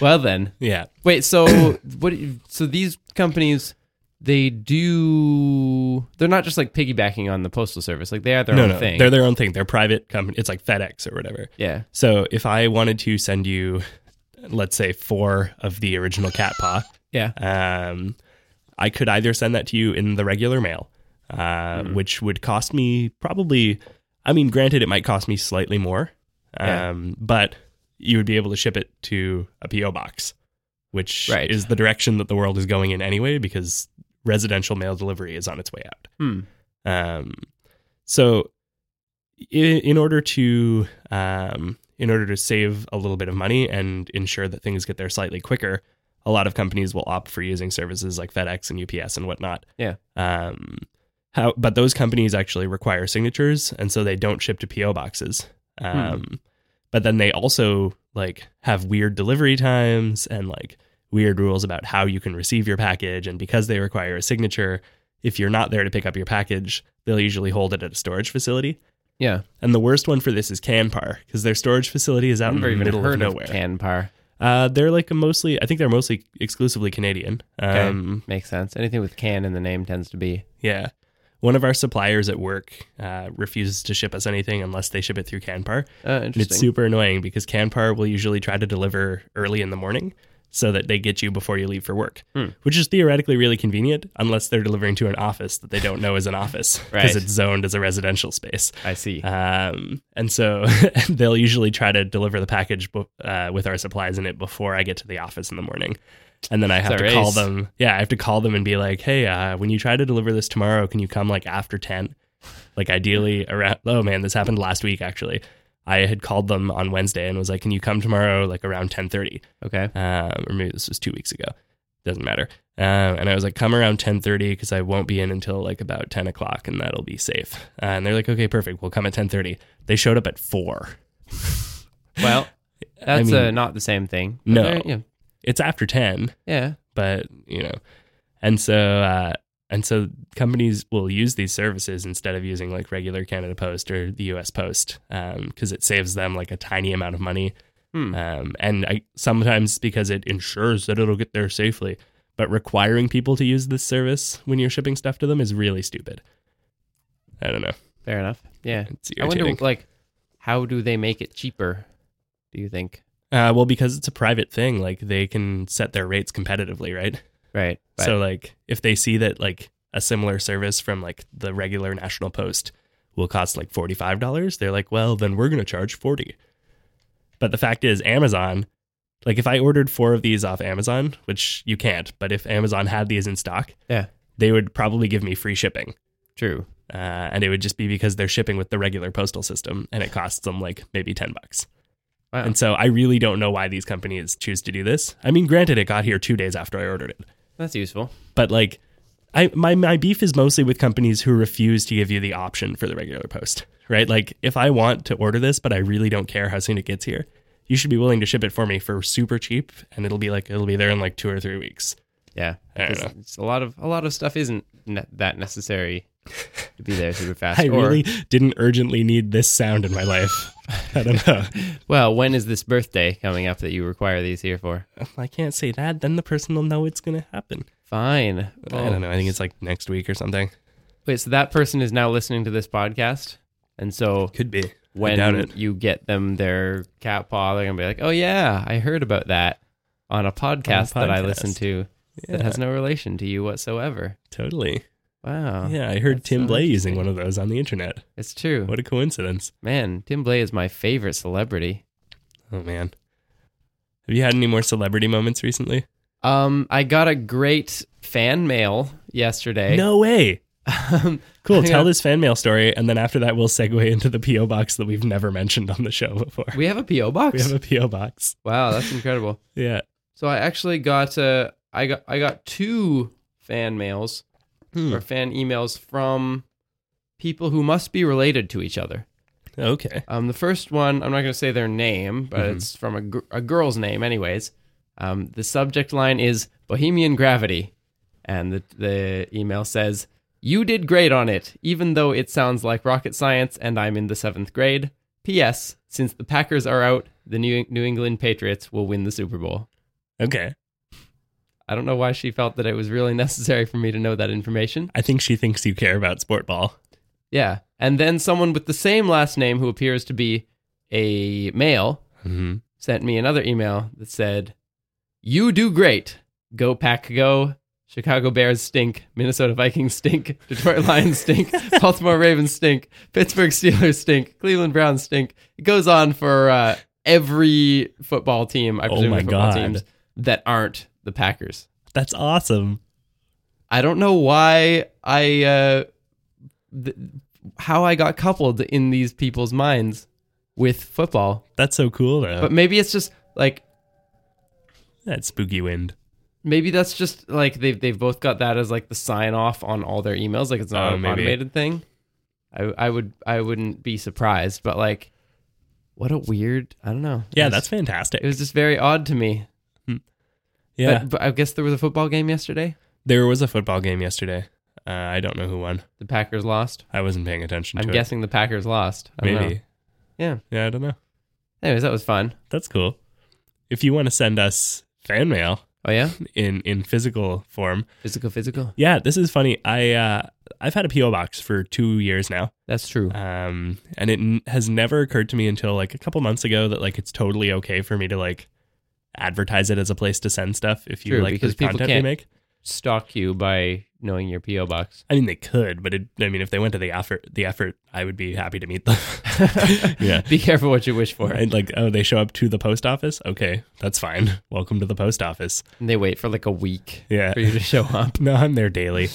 Speaker 1: Well then.
Speaker 2: Yeah.
Speaker 1: Wait, so [coughs] what? So these companies, they do. They're not just like piggybacking on the postal service. Like they are their
Speaker 2: No,
Speaker 1: own
Speaker 2: no.
Speaker 1: thing.
Speaker 2: They're their own thing. They're private company. It's like FedEx or whatever.
Speaker 1: yeah.
Speaker 2: So if I wanted to send you, let's say, four of the original cat paw,
Speaker 1: Yeah.
Speaker 2: um, I could either send that to you in the regular mail, uh,
Speaker 1: Mm-hmm.
Speaker 2: which would cost me probably, I mean, granted, it might cost me slightly more,
Speaker 1: Yeah.
Speaker 2: um, but you would be able to ship it to a P.O. box, which
Speaker 1: Right.
Speaker 2: is the direction that the world is going in anyway, because residential mail delivery is on its way out.
Speaker 1: Hmm.
Speaker 2: Um, so in, in order to um, in order to save a little bit of money and ensure that things get there slightly quicker, a lot of companies will opt for using services like FedEx and UPS and whatnot.
Speaker 1: Yeah.
Speaker 2: Um, how, but those companies actually require signatures, and so they don't ship to PO boxes. Um, But then they also like have weird delivery times and like weird rules about how you can receive your package. And because they require a signature, if you're not there to pick up your package, they'll usually hold it at a storage facility.
Speaker 1: Yeah.
Speaker 2: And the worst one for this is Canpar because their storage facility is out
Speaker 1: I've
Speaker 2: in
Speaker 1: never
Speaker 2: the
Speaker 1: even
Speaker 2: middle
Speaker 1: heard
Speaker 2: of
Speaker 1: of
Speaker 2: nowhere.
Speaker 1: Canpar.
Speaker 2: uh, they're like a mostly, I think they're mostly exclusively Canadian.
Speaker 1: Okay.
Speaker 2: Um,
Speaker 1: Makes sense. Anything with can in the name tends to be.
Speaker 2: Yeah. One of our suppliers at work uh, refuses to ship us anything unless they ship it through Canpar.
Speaker 1: Uh,
Speaker 2: And it's
Speaker 1: interesting.
Speaker 2: super annoying because Canpar will usually try to deliver early in the morning so that they get you before you leave for work,
Speaker 1: Hmm.
Speaker 2: which is theoretically really convenient unless they're delivering to an office that they don't know is an office because
Speaker 1: Right.
Speaker 2: it's zoned as a residential space.
Speaker 1: I see.
Speaker 2: Um, and so [laughs] they'll usually try to deliver the package bu- uh, with our supplies in it before I get to the office in the morning. And then I have
Speaker 1: a
Speaker 2: to call
Speaker 1: race.
Speaker 2: them. Yeah, I have to call them and be like, hey, uh, when you try to deliver this tomorrow, can you come like after 10? Like ideally around, oh man, this happened last week actually. I had called them on Wednesday and was like, can you come tomorrow like around 1030?
Speaker 1: okay.
Speaker 2: um, or maybe this was two weeks ago. Doesn't matter. Um, and I was like, come around ten thirty because I won't be in until like about ten o'clock, and that'll be safe. Uh, and they're like, okay, perfect. We'll come at ten thirty. They showed up at four.
Speaker 1: Well, that's
Speaker 2: mean-
Speaker 1: uh, not the same thing. but
Speaker 2: No.
Speaker 1: they're- Yeah.
Speaker 2: It's after ten,
Speaker 1: Yeah.
Speaker 2: but you know, and so uh, And so companies will use these services instead of using like regular Canada Post or the US Post because it saves them like a tiny amount of money.
Speaker 1: Hmm.
Speaker 2: Um, and I, sometimes because it ensures that it'll get there safely. But requiring people to use this service when you're shipping stuff to them is really stupid. I don't know.
Speaker 1: Fair enough. Yeah.
Speaker 2: It's
Speaker 1: I
Speaker 2: irritating.
Speaker 1: wonder, like, how do they make it cheaper? Do you think?
Speaker 2: Uh, well, because it's a private thing, like they can set their rates competitively, right?
Speaker 1: Right. But,
Speaker 2: So, like, if they see that like a similar service from like the regular National Post will cost like forty five dollars, they're like, well, then we're going to charge forty. But the fact is, Amazon, like, if I ordered four of these off Amazon, which you can't, but if Amazon had these in stock,
Speaker 1: Yeah.
Speaker 2: they would probably give me free shipping.
Speaker 1: true.
Speaker 2: Uh, and it would just be because they're shipping with the regular postal system and it costs them like maybe 10 bucks.
Speaker 1: Wow.
Speaker 2: And so I really don't know why these companies choose to do this. I mean, granted, it got here two days after I ordered it,
Speaker 1: That's useful.
Speaker 2: but like, I my my beef is mostly with companies who refuse to give you the option for the regular post, right? Like, if I want to order this, but I really don't care how soon it gets here, you should be willing to ship it for me for super cheap, and it'll be like it'll be there in like two or three weeks.
Speaker 1: Yeah.
Speaker 2: I don't
Speaker 1: Because
Speaker 2: know.
Speaker 1: it's a lot of a lot of stuff isn't ne- that necessary to be there
Speaker 2: [laughs]
Speaker 1: super fast.
Speaker 2: I
Speaker 1: or,
Speaker 2: really didn't urgently need this sound in my life. I don't [laughs] know.
Speaker 1: well, when is this birthday coming up that you require these here for?
Speaker 2: I can't say that. Then the person will know it's going to happen.
Speaker 1: Fine.
Speaker 2: I don't know. I think it's like next week or something.
Speaker 1: Wait, so that person is now listening to this podcast, and so
Speaker 2: Could be. I doubt
Speaker 1: when
Speaker 2: it.
Speaker 1: you get them their cat paw, they're gonna be like, "Oh yeah, I heard about that on a podcast, that I
Speaker 2: podcast.
Speaker 1: listened to that has no relation to you whatsoever."
Speaker 2: Totally.
Speaker 1: Wow,
Speaker 2: yeah, I heard
Speaker 1: that's
Speaker 2: Tim
Speaker 1: so
Speaker 2: Blay using one of those on the internet.
Speaker 1: it's true.
Speaker 2: What a coincidence.
Speaker 1: Man, Tim Blay is my favorite celebrity.
Speaker 2: Oh man. Have you had any more celebrity moments recently?
Speaker 1: Um, I got a great fan mail yesterday.
Speaker 2: No way.
Speaker 1: [laughs] Um,
Speaker 2: Cool. [laughs]
Speaker 1: Yeah.
Speaker 2: Tell this fan mail story, and then after that, we'll segue into the PO box that we've never mentioned on the show before. [laughs]
Speaker 1: we have a PO box.
Speaker 2: We have a PO box.
Speaker 1: wow, that's incredible.
Speaker 2: Yeah.
Speaker 1: So I actually got uh, I got I got two fan mails
Speaker 2: Hmm.
Speaker 1: or fan emails from people who must be related to each other.
Speaker 2: Okay.
Speaker 1: Um, the first one, I'm not going to say their name, but it's from a, gr- a girl's name, anyways. Um, the subject line is Bohemian Gravity. And the, the email says, You did great on it, even though it sounds like rocket science and I'm in the seventh grade. P.S. Since the Packers are out, the New, New England Patriots will win the Super Bowl.
Speaker 2: Okay.
Speaker 1: I don't know why she felt that it was really [laughs] necessary for me to know that information.
Speaker 2: I think she thinks you care about sport ball.
Speaker 1: Yeah. And then someone with the same last name who appears to be a male
Speaker 2: Mm-hmm.
Speaker 1: sent me another email that said, You do great. Go pack go. Chicago Bears stink. Minnesota Vikings stink. [laughs] Detroit Lions
Speaker 2: [laughs]
Speaker 1: stink. Baltimore Ravens stink. Pittsburgh Steelers stink. Cleveland Browns stink. It goes on for uh, every football team, I
Speaker 2: Oh
Speaker 1: presume,
Speaker 2: my
Speaker 1: football
Speaker 2: God.
Speaker 1: teams that aren't the Packers.
Speaker 2: That's awesome.
Speaker 1: I don't know why I, uh, th- how I got coupled in these people's minds with football,
Speaker 2: That's so cool, though.
Speaker 1: but maybe it's just like
Speaker 2: that spooky wind.
Speaker 1: maybe that's just like they've they've both got that as like the sign off on all their emails. Like it's not
Speaker 2: Oh,
Speaker 1: an
Speaker 2: maybe.
Speaker 1: automated thing. I I would I wouldn't be surprised, but like, what a weird I don't know. It
Speaker 2: Yeah,
Speaker 1: was-
Speaker 2: that's fantastic.
Speaker 1: it was just very odd to me.
Speaker 2: yeah.
Speaker 1: But, but I guess there was a football game yesterday.
Speaker 2: there was a football game yesterday. Uh, I don't know who won.
Speaker 1: The Packers lost.
Speaker 2: I wasn't paying attention
Speaker 1: I'm
Speaker 2: to
Speaker 1: guessing the Packers lost.
Speaker 2: it.
Speaker 1: I don't
Speaker 2: Maybe.
Speaker 1: know. Yeah.
Speaker 2: Yeah, I don't know.
Speaker 1: Anyways, that was fun.
Speaker 2: That's cool. If you want to send us fan mail
Speaker 1: Oh yeah,
Speaker 2: in in [laughs] physical form,
Speaker 1: physical, physical.
Speaker 2: yeah, this is funny. I uh, I've had a PO box for two years now,
Speaker 1: That's true.
Speaker 2: um, and it n- has never occurred to me until like a couple months ago that like it's totally okay for me to like advertise it as a place to send stuff if you
Speaker 1: True,
Speaker 2: like the
Speaker 1: because people
Speaker 2: content we
Speaker 1: can't-
Speaker 2: make.
Speaker 1: Stalk you by knowing your PO
Speaker 2: [laughs]
Speaker 1: box.
Speaker 2: I mean, they could, but it, I mean, if they went to the effort, the effort, I would be happy to
Speaker 1: [laughs]
Speaker 2: meet them. yeah.
Speaker 1: Be careful what you wish for.
Speaker 2: And like, oh, they show up to the post office. Okay, that's fine. Welcome to the post office.
Speaker 1: And they wait for like a week
Speaker 2: Yeah.
Speaker 1: for you
Speaker 2: [laughs]
Speaker 1: to show up.
Speaker 2: No, I'm there daily.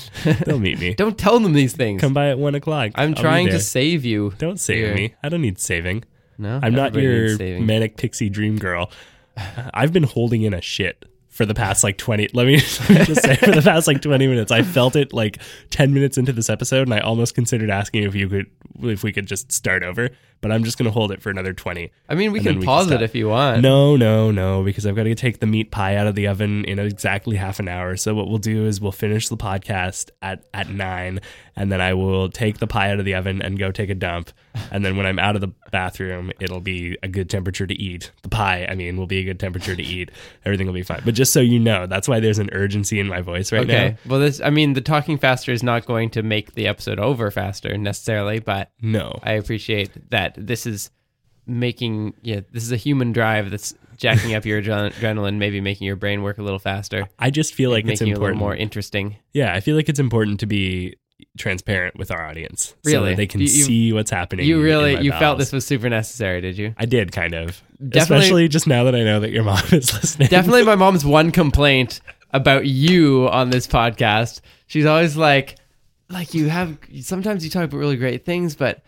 Speaker 2: They'll meet
Speaker 1: [laughs]
Speaker 2: me.
Speaker 1: Don't tell them these things.
Speaker 2: Come by at one o'clock. I'll
Speaker 1: I'm
Speaker 2: be
Speaker 1: trying to
Speaker 2: there.
Speaker 1: save you.
Speaker 2: Don't save
Speaker 1: Yeah.
Speaker 2: me. I don't need saving.
Speaker 1: No,
Speaker 2: I'm not
Speaker 1: everybody needs
Speaker 2: your
Speaker 1: saving.
Speaker 2: manic pixie
Speaker 1: [laughs]
Speaker 2: dream girl. I've been holding in a shit for the past like 20. Let me, [laughs] let me just say, for the past like 20 minutes, I felt it like 10 minutes into this episode, and I almost considered asking if you could, if we could just start over. but I'm just going to hold it for another 20.
Speaker 1: I mean, we
Speaker 2: And then
Speaker 1: can
Speaker 2: we can
Speaker 1: pause
Speaker 2: stop.
Speaker 1: it if you want.
Speaker 2: [laughs] No, no, no, because I've got to take the meat pie out of the oven in exactly half an hour. So what we'll do is we'll finish the podcast at at nine, and then I will take the pie out of the oven and go take a dump. And then when I'm out of the bathroom, it'll be a good temperature to eat. The pie, I mean, will be a good temperature to eat. Everything will be fine. But just so you know, that's why there's an urgency in my voice right
Speaker 1: Okay.
Speaker 2: now.
Speaker 1: Well, this, I mean, the talking faster is not going to make the episode over faster necessarily, but
Speaker 2: No.
Speaker 1: I appreciate that this is making, yeah, this is a human drive that's jacking up your adre- adrenaline, maybe making your brain work a little faster,
Speaker 2: I just feel like it's
Speaker 1: making you a little
Speaker 2: important.
Speaker 1: more interesting.
Speaker 2: Yeah, I feel like it's important to be transparent with our audience, so
Speaker 1: Really?
Speaker 2: that they can
Speaker 1: You- you-
Speaker 2: see what's happening.
Speaker 1: You really,
Speaker 2: in my
Speaker 1: you felt
Speaker 2: bowels.
Speaker 1: this was super necessary, did you?
Speaker 2: I did kind of.
Speaker 1: Definitely-
Speaker 2: Especially just now that I know that your mom [laughs] is listening.
Speaker 1: Definitely my mom's one complaint about you on this podcast. She's always like, like you have, sometimes you talk about really great things, but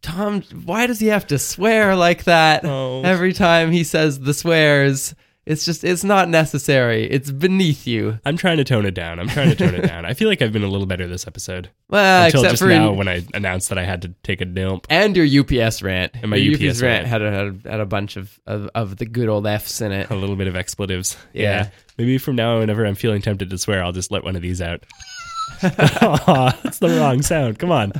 Speaker 1: Tom, why does he have to swear like that
Speaker 2: Oh.
Speaker 1: every time he says the swears? It's just, it's not necessary. It's beneath you.
Speaker 2: I'm trying to tone it down. I'm trying to tone it down. I feel like I've been a little better
Speaker 1: [laughs]
Speaker 2: this episode.
Speaker 1: Well,
Speaker 2: Until
Speaker 1: except
Speaker 2: just
Speaker 1: for
Speaker 2: now when I announced that I had to take a dump.
Speaker 1: and your UPS rant. And
Speaker 2: my
Speaker 1: your
Speaker 2: UPS rant.
Speaker 1: had a, had a had a bunch of, of of the good old Fs in
Speaker 2: [laughs]
Speaker 1: it.
Speaker 2: A little bit of expletives. Yeah.
Speaker 1: Yeah.
Speaker 2: Maybe from now, whenever I'm feeling tempted to swear, I'll just let one of
Speaker 1: [laughs]
Speaker 2: these out. [laughs] Aw, that's the wrong sound. Come on.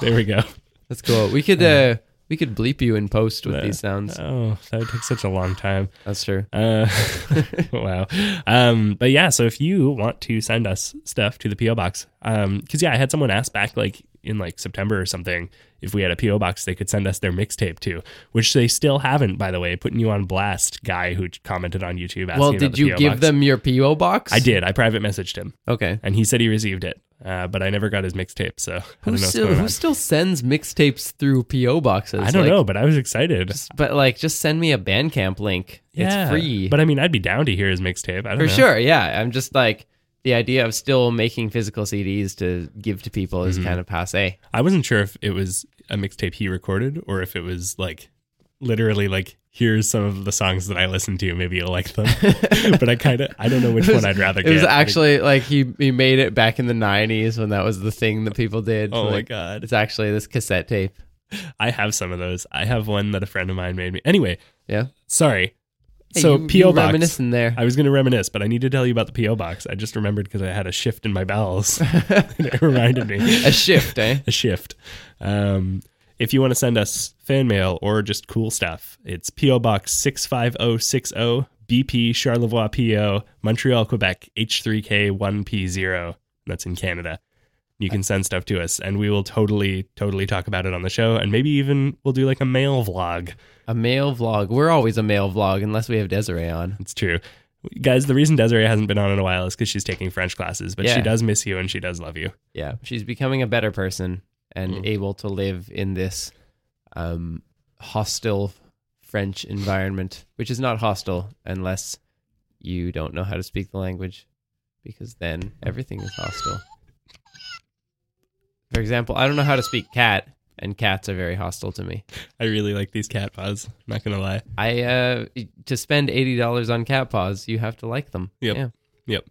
Speaker 2: There we go.
Speaker 1: That's cool. We could uh, we could bleep you in post with these sounds.
Speaker 2: Oh, that would take such a long time.
Speaker 1: That's true. [laughs]
Speaker 2: Uh, [laughs] wow. Um, but yeah, so if you want to send us stuff to the PO box, um, because yeah, I had someone ask back like in like September or something if we had a PO box they could send us their mixtape to, which they still haven't, by the way. Putting you on blast, guy who commented on YouTube. Asking
Speaker 1: Well,
Speaker 2: about
Speaker 1: did
Speaker 2: the
Speaker 1: you
Speaker 2: PO
Speaker 1: give
Speaker 2: box.
Speaker 1: them your PO box?
Speaker 2: I did. I private messaged him,
Speaker 1: Okay.
Speaker 2: and he said he received it, uh, but I never got his mixtape, so [laughs] I don't know
Speaker 1: Who
Speaker 2: what's
Speaker 1: still,
Speaker 2: going
Speaker 1: who
Speaker 2: on.
Speaker 1: still sends mixtapes through PO boxes?
Speaker 2: I don't
Speaker 1: Like,
Speaker 2: know, but I was excited.
Speaker 1: But like, just send me a Bandcamp link.
Speaker 2: Yeah.
Speaker 1: it's free
Speaker 2: But I mean, I'd be down to hear his mixtape. I don't
Speaker 1: for
Speaker 2: know.
Speaker 1: sure. Yeah, I'm just like the idea of still making physical CDs to give to people
Speaker 2: Mm-hmm.
Speaker 1: is kind of passe.
Speaker 2: I wasn't sure if it was a mixtape he recorded or if it was like literally like here's some of the songs that I listen to. Maybe you'll
Speaker 1: [laughs]
Speaker 2: like them. but I kind of I don't know which
Speaker 1: It was-
Speaker 2: one I'd rather
Speaker 1: It
Speaker 2: get.
Speaker 1: was
Speaker 2: Like,
Speaker 1: actually like he he made it back in the '90s when that was the thing that people did.
Speaker 2: oh my
Speaker 1: Like,
Speaker 2: god,
Speaker 1: It's actually this cassette tape.
Speaker 2: I have some of those. I have one that a friend of mine made me. Anyway,
Speaker 1: Yeah.
Speaker 2: sorry.
Speaker 1: Hey,
Speaker 2: so
Speaker 1: you-
Speaker 2: PO
Speaker 1: you
Speaker 2: box.
Speaker 1: reminiscing there.
Speaker 2: I was going to reminisce, but I need to tell you about the PO box. I just remembered because I had a shift in my bowels. [laughs] it reminded me.
Speaker 1: [laughs] a shift, eh?
Speaker 2: a shift. Um, if you want to send us fan mail or just cool stuff, it's P.O. Box 65060 BP Charlevoix PO, Montreal, Quebec, H3K1P0. That's in Canada. You can send stuff to us and we will totally, totally talk about it on the show. And maybe even we'll do like a mail vlog.
Speaker 1: A male vlog. We're always a male vlog unless we have Desiree on.
Speaker 2: It's true. Guys, the reason Desiree hasn't been on in a while is because she's taking French classes, but she
Speaker 1: Yeah.
Speaker 2: does miss you and she does love you.
Speaker 1: Yeah, she's becoming a better person and able to live in this um, hostile French environment, which is not hostile unless you don't know how to speak the language, because then everything is hostile. For example, I don't know how to speak cat, and cats are very hostile to me.
Speaker 2: I really like these cat paws. Not going to lie.
Speaker 1: I uh, to spend eighty dollars on cat paws, you have to like them.
Speaker 2: Yep.
Speaker 1: Yeah,
Speaker 2: Yep.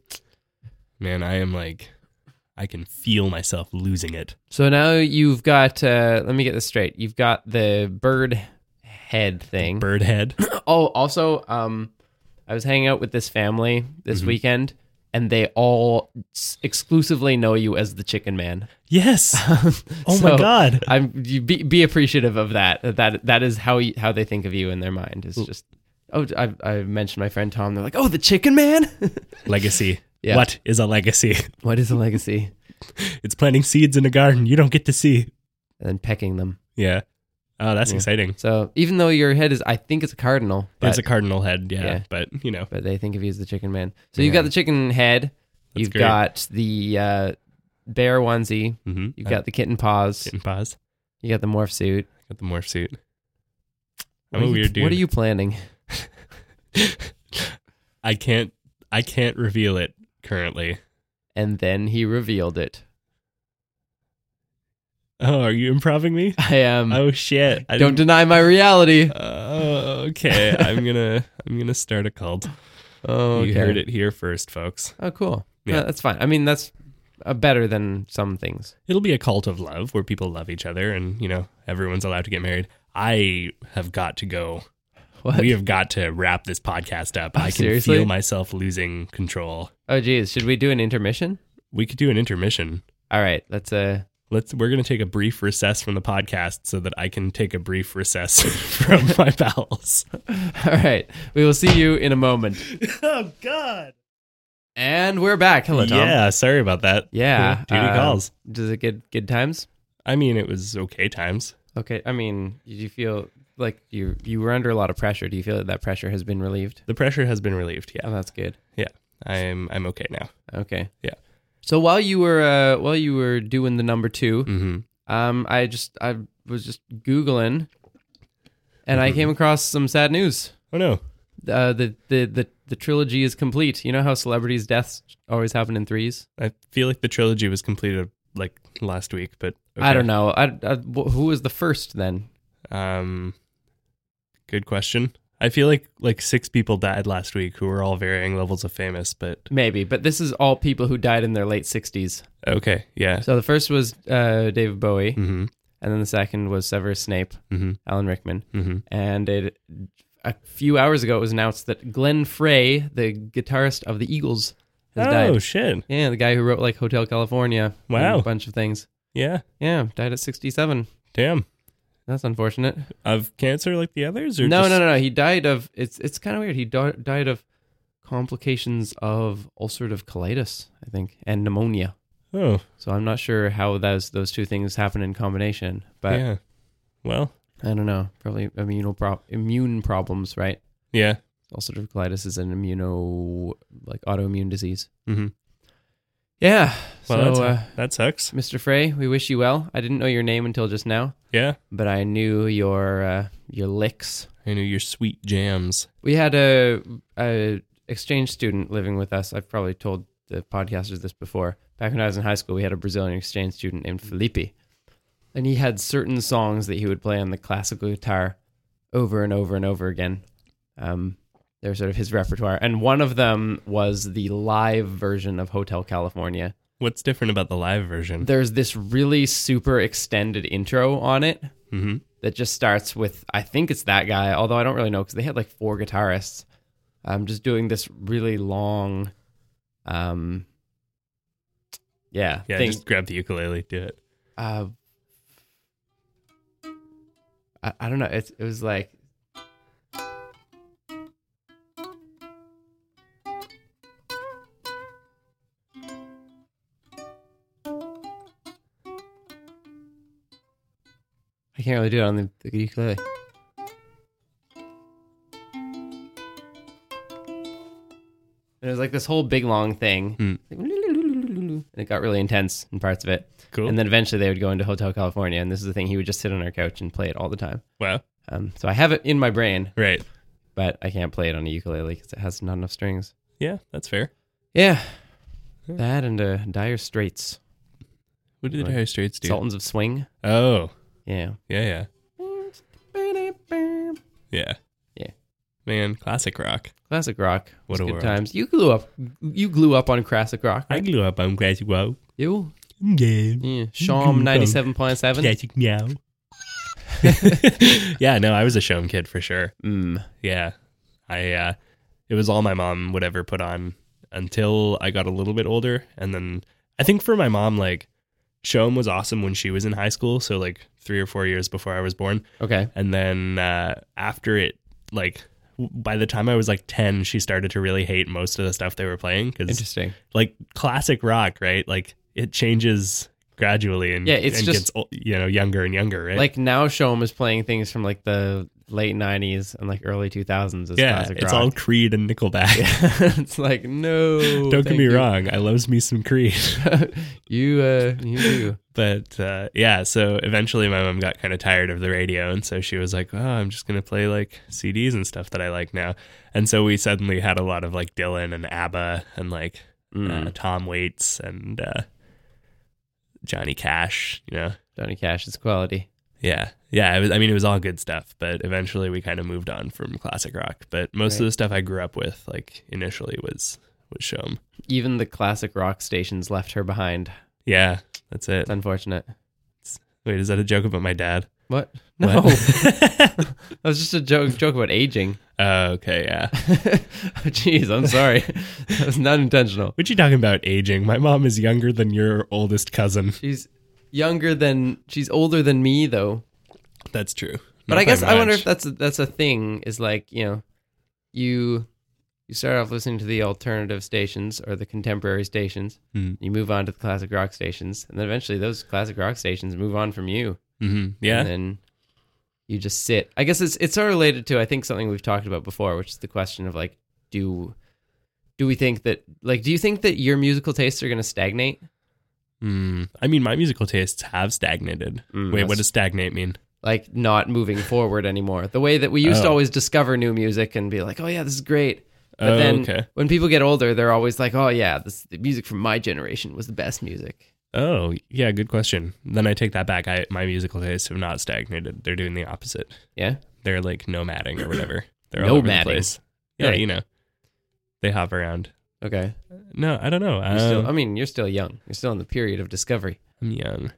Speaker 2: Man, I am like, I can feel myself losing it.
Speaker 1: So now you've got. Uh, let me get this straight. You've got the bird head thing.
Speaker 2: Bird head.
Speaker 1: [laughs] Oh, also, um, I was hanging out with this family this
Speaker 2: Mm-hmm.
Speaker 1: weekend, and they all s- exclusively know you as the Chicken Man. [laughs]
Speaker 2: Yes. oh my
Speaker 1: So, [laughs]
Speaker 2: god.
Speaker 1: I'm you be, be appreciative of that. that- That that is how you, how they think of you in their mind. Is just. Oh, I, I mentioned my friend Tom. They're like, "Oh, the Chicken Man." [laughs]
Speaker 2: Legacy.
Speaker 1: Yeah.
Speaker 2: What is a legacy? [laughs]
Speaker 1: what is a legacy?
Speaker 2: It's planting seeds in a garden you don't get to see.
Speaker 1: And then pecking them.
Speaker 2: Yeah. Oh, that's exciting.
Speaker 1: So even though your head is, I think it's a cardinal. But
Speaker 2: It's a cardinal head. Yeah.
Speaker 1: Yeah.
Speaker 2: But, you know,
Speaker 1: but they think of you as the chicken man. So you've got the chicken head, you've
Speaker 2: great.
Speaker 1: got the uh, bear onesie,
Speaker 2: mm-hmm.
Speaker 1: you've got the kitten paws,
Speaker 2: Getting paws.
Speaker 1: you got the morph suit.
Speaker 2: Got the morph suit.
Speaker 1: What
Speaker 2: I'm
Speaker 1: are
Speaker 2: a
Speaker 1: you-
Speaker 2: weird dude.
Speaker 1: What are you planning?
Speaker 2: [laughs] I can't, I can't reveal it currently.
Speaker 1: And then he revealed
Speaker 2: [laughs]
Speaker 1: it.
Speaker 2: Oh, are you improving me?
Speaker 1: I am.
Speaker 2: Oh shit. I
Speaker 1: Um, don't deny my reality.
Speaker 2: Oh,
Speaker 1: [laughs]
Speaker 2: okay. I'm gonna I'm gonna start a cult.
Speaker 1: Oh,
Speaker 2: You
Speaker 1: okay.
Speaker 2: heard it here first, folks.
Speaker 1: Oh, cool.
Speaker 2: Yeah.
Speaker 1: Yeah, that's fine. I mean, that's uh, better than some things.
Speaker 2: It'll be a cult of love where people love each other and, you know, everyone's allowed to get married. I have got to go.
Speaker 1: What?
Speaker 2: We have got to wrap this podcast up. I can
Speaker 1: seriously?
Speaker 2: feel myself losing control.
Speaker 1: Oh, geez, should we do an intermission?
Speaker 2: We could do an intermission.
Speaker 1: All right, let's. Uh, [laughs]
Speaker 2: Let's we're going to take a brief recess from the podcast so that I can take a brief recess [laughs] from my bowels.
Speaker 1: all right, we will see you in a moment.
Speaker 2: [laughs] oh god.
Speaker 1: And we're back. Hello, Tom.
Speaker 2: Yeah, sorry about that.
Speaker 1: Yeah,
Speaker 2: Duty
Speaker 1: uh,
Speaker 2: calls.
Speaker 1: Does it get good times?
Speaker 2: I mean, it was okay times.
Speaker 1: Okay. I mean, did you feel like you you were under a lot of pressure? Do you feel that that pressure has been relieved?
Speaker 2: The pressure has been relieved. Yeah.
Speaker 1: Oh, that's good.
Speaker 2: I'm I'm okay now.
Speaker 1: Okay.
Speaker 2: Yeah.
Speaker 1: So while you were uh, while you were doing the number two,
Speaker 2: Mm-hmm.
Speaker 1: um, I just I was just googling, and I came across some sad news.
Speaker 2: Oh no.
Speaker 1: Uh, the, the the the trilogy is complete. You know how celebrities' deaths always happen in threes.
Speaker 2: I feel like the trilogy was completed like last week, but okay.
Speaker 1: I don't know. I, I wh- who was the first then?
Speaker 2: Um, good question. I feel like like six people died last week who were all varying levels of famous, but
Speaker 1: Maybe, but this is all people who died in their late sixties.
Speaker 2: okay, yeah.
Speaker 1: So the first was uh, David Bowie,
Speaker 2: Mm-hmm.
Speaker 1: and then the second was Severus Snape,
Speaker 2: Mm-hmm.
Speaker 1: Alan Rickman,
Speaker 2: Mm-hmm.
Speaker 1: and it. A few hours ago, it was announced that Glenn Frey, the guitarist of the Eagles, has
Speaker 2: Oh
Speaker 1: died.
Speaker 2: shit!
Speaker 1: Yeah, the guy who wrote like Hotel California. and
Speaker 2: Wow.
Speaker 1: A bunch of things.
Speaker 2: Yeah,
Speaker 1: Yeah, died at 67.
Speaker 2: damn.
Speaker 1: That's unfortunate.
Speaker 2: Of cancer like the others, or
Speaker 1: No,
Speaker 2: just-
Speaker 1: no, no, no. He died of it's it's kind of weird. He di- died of complications of ulcerative colitis, I think, and pneumonia.
Speaker 2: Oh,
Speaker 1: So I'm not sure how those those two things happen in combination, but
Speaker 2: yeah. Well,
Speaker 1: I don't know. Probably immuno pro- immune problems, right?
Speaker 2: yeah.
Speaker 1: Ulcerative colitis is an immuno like autoimmune disease.
Speaker 2: Mm-hmm.
Speaker 1: Yeah.
Speaker 2: Well,
Speaker 1: so,
Speaker 2: that's,
Speaker 1: uh,
Speaker 2: that sucks.
Speaker 1: Mr. Frey, we wish you well. I didn't know your name until just now.
Speaker 2: Yeah,
Speaker 1: but I knew your uh, your licks.
Speaker 2: I knew your sweet jams.
Speaker 1: We had a, a exchange student living with us. I've probably told the podcasters this before. Back when I was in high school, we had a Brazilian exchange student named Felipe, and he had certain songs that he would play on the classical guitar over and over and over again. Um, they're sort of his repertoire, and one of them was the live version of Hotel California.
Speaker 2: What's different about the live version?
Speaker 1: There's this really super extended intro on it
Speaker 2: Mm-hmm.
Speaker 1: that just starts with I think it's that guy, although I don't really know because they had like four guitarists. um, just doing this really long, um, yeah,
Speaker 2: Yeah,
Speaker 1: thing.
Speaker 2: just grab the ukulele, do it.
Speaker 1: uh, I, I don't know. It's it was like. I can't really do it on the, the ukulele. And it was like this whole big long thing.
Speaker 2: Hmm.
Speaker 1: And it got really intense in parts of it.
Speaker 2: Cool.
Speaker 1: And then eventually they would go into Hotel California, and this is the thing he would just sit on our couch and play it all the time.
Speaker 2: wow.
Speaker 1: Um, so I have it in my brain,
Speaker 2: Right.
Speaker 1: but I can't play it on a ukulele because it has not enough strings.
Speaker 2: Yeah, that's fair.
Speaker 1: Yeah, that and uh, Dire Straits,
Speaker 2: What did the
Speaker 1: Right.
Speaker 2: Dire Straits do?
Speaker 1: Sultans of Swing.
Speaker 2: Oh,
Speaker 1: Yeah.
Speaker 2: yeah, yeah, yeah,
Speaker 1: Yeah.
Speaker 2: Man, classic rock.
Speaker 1: Classic rock.
Speaker 2: What
Speaker 1: It's
Speaker 2: a
Speaker 1: good
Speaker 2: world.
Speaker 1: times. You glue up. You glue up on classic rock.
Speaker 2: I grew up on classic rock.
Speaker 1: You.
Speaker 2: Yeah,
Speaker 1: Yeah. Sham ninety seven point seven.
Speaker 2: classic meow. [laughs] yeah, no, I was a Shome kid for sure.
Speaker 1: Mm.
Speaker 2: Yeah, I. uh It was all my mom would ever put on until I got a little bit older, and then I think for my mom, like Shome was awesome when she was in high school, so like three or four years before I was born.
Speaker 1: Okay.
Speaker 2: and then uh, after it like w- by the time i was like 10 she started to really hate most of the stuff they were playing because
Speaker 1: Interesting.
Speaker 2: like classic rock right like it changes gradually and
Speaker 1: Yeah, it's
Speaker 2: and
Speaker 1: just-
Speaker 2: gets ol- you know younger and younger right
Speaker 1: Like now, Shom is playing things from like the late nineties and like early two thousands as
Speaker 2: yeah
Speaker 1: classic
Speaker 2: it's
Speaker 1: rock.
Speaker 2: all creed and nickelback
Speaker 1: [laughs]
Speaker 2: [laughs]
Speaker 1: it's like no.
Speaker 2: don't get
Speaker 1: thank
Speaker 2: me
Speaker 1: you.
Speaker 2: wrong i loves me some creed
Speaker 1: [laughs]
Speaker 2: [laughs]
Speaker 1: you uh, you do.
Speaker 2: but uh, yeah so eventually my mom got kind of tired of the radio and so she was like oh i'm just going to play like cds and stuff that i like now and so we suddenly had a lot of like dylan and abba and like
Speaker 1: Hmm.
Speaker 2: uh, Tom Waits and uh, Johnny Cash. You know,
Speaker 1: Johnny Cash is quality.
Speaker 2: yeah, yeah. It was, I mean, it was all good stuff, but eventually we kind of moved on from classic rock. But most
Speaker 1: Right.
Speaker 2: of the stuff I grew up with, like initially, was was Shum.
Speaker 1: Even the classic rock stations left her behind.
Speaker 2: Yeah, that's it.
Speaker 1: It's unfortunate.
Speaker 2: Wait, is that a joke about my dad?
Speaker 1: What?
Speaker 2: [laughs]
Speaker 1: No, that
Speaker 2: What?
Speaker 1: was just a joke. Joke about aging. [laughs] Oh,
Speaker 2: Oh, okay, yeah.
Speaker 1: Jeez, I'm sorry. [laughs] that was not intentional.
Speaker 2: What you talking about aging? My mom is younger than your oldest cousin.
Speaker 1: She's younger than she's older than me though.
Speaker 2: That's true.
Speaker 1: But
Speaker 2: Not
Speaker 1: I guess
Speaker 2: by
Speaker 1: I wonder
Speaker 2: much.
Speaker 1: if that's a, that's a thing. Is like you know, you you start off listening to the alternative stations or the contemporary stations.
Speaker 2: Mm.
Speaker 1: You move on to the classic rock stations, and then eventually those classic rock stations move on from you,
Speaker 2: Mhm, Yeah.
Speaker 1: and then you just sit. I guess it's it's sort of related to I think something we've talked about before, which is the question of like do do we think that like do you think that your musical tastes are going to stagnate?
Speaker 2: Mm. I mean, my musical tastes have stagnated.
Speaker 1: Mm,
Speaker 2: Wait, what
Speaker 1: that's-
Speaker 2: does stagnate mean?
Speaker 1: like not moving forward anymore. The way that we used to
Speaker 2: Oh.
Speaker 1: always discover new music and be like, "Oh yeah, this is great." But
Speaker 2: Oh,
Speaker 1: then
Speaker 2: okay.
Speaker 1: when people get older, they're always like, "Oh yeah, this the music from my generation was the best music."
Speaker 2: Oh, yeah, good question. Then I take that back. I my musical tastes have not stagnated. They're doing the opposite.
Speaker 1: Yeah.
Speaker 2: They're like nomading or
Speaker 1: [clears throat]
Speaker 2: whatever. They're all over the
Speaker 1: Nomading.
Speaker 2: place. Yeah,
Speaker 1: Right.
Speaker 2: you know. They hop around.
Speaker 1: Okay.
Speaker 2: No, I don't know.
Speaker 1: You're
Speaker 2: Um,
Speaker 1: still, I mean, you're still young. You're still in the period of discovery.
Speaker 2: I'm young.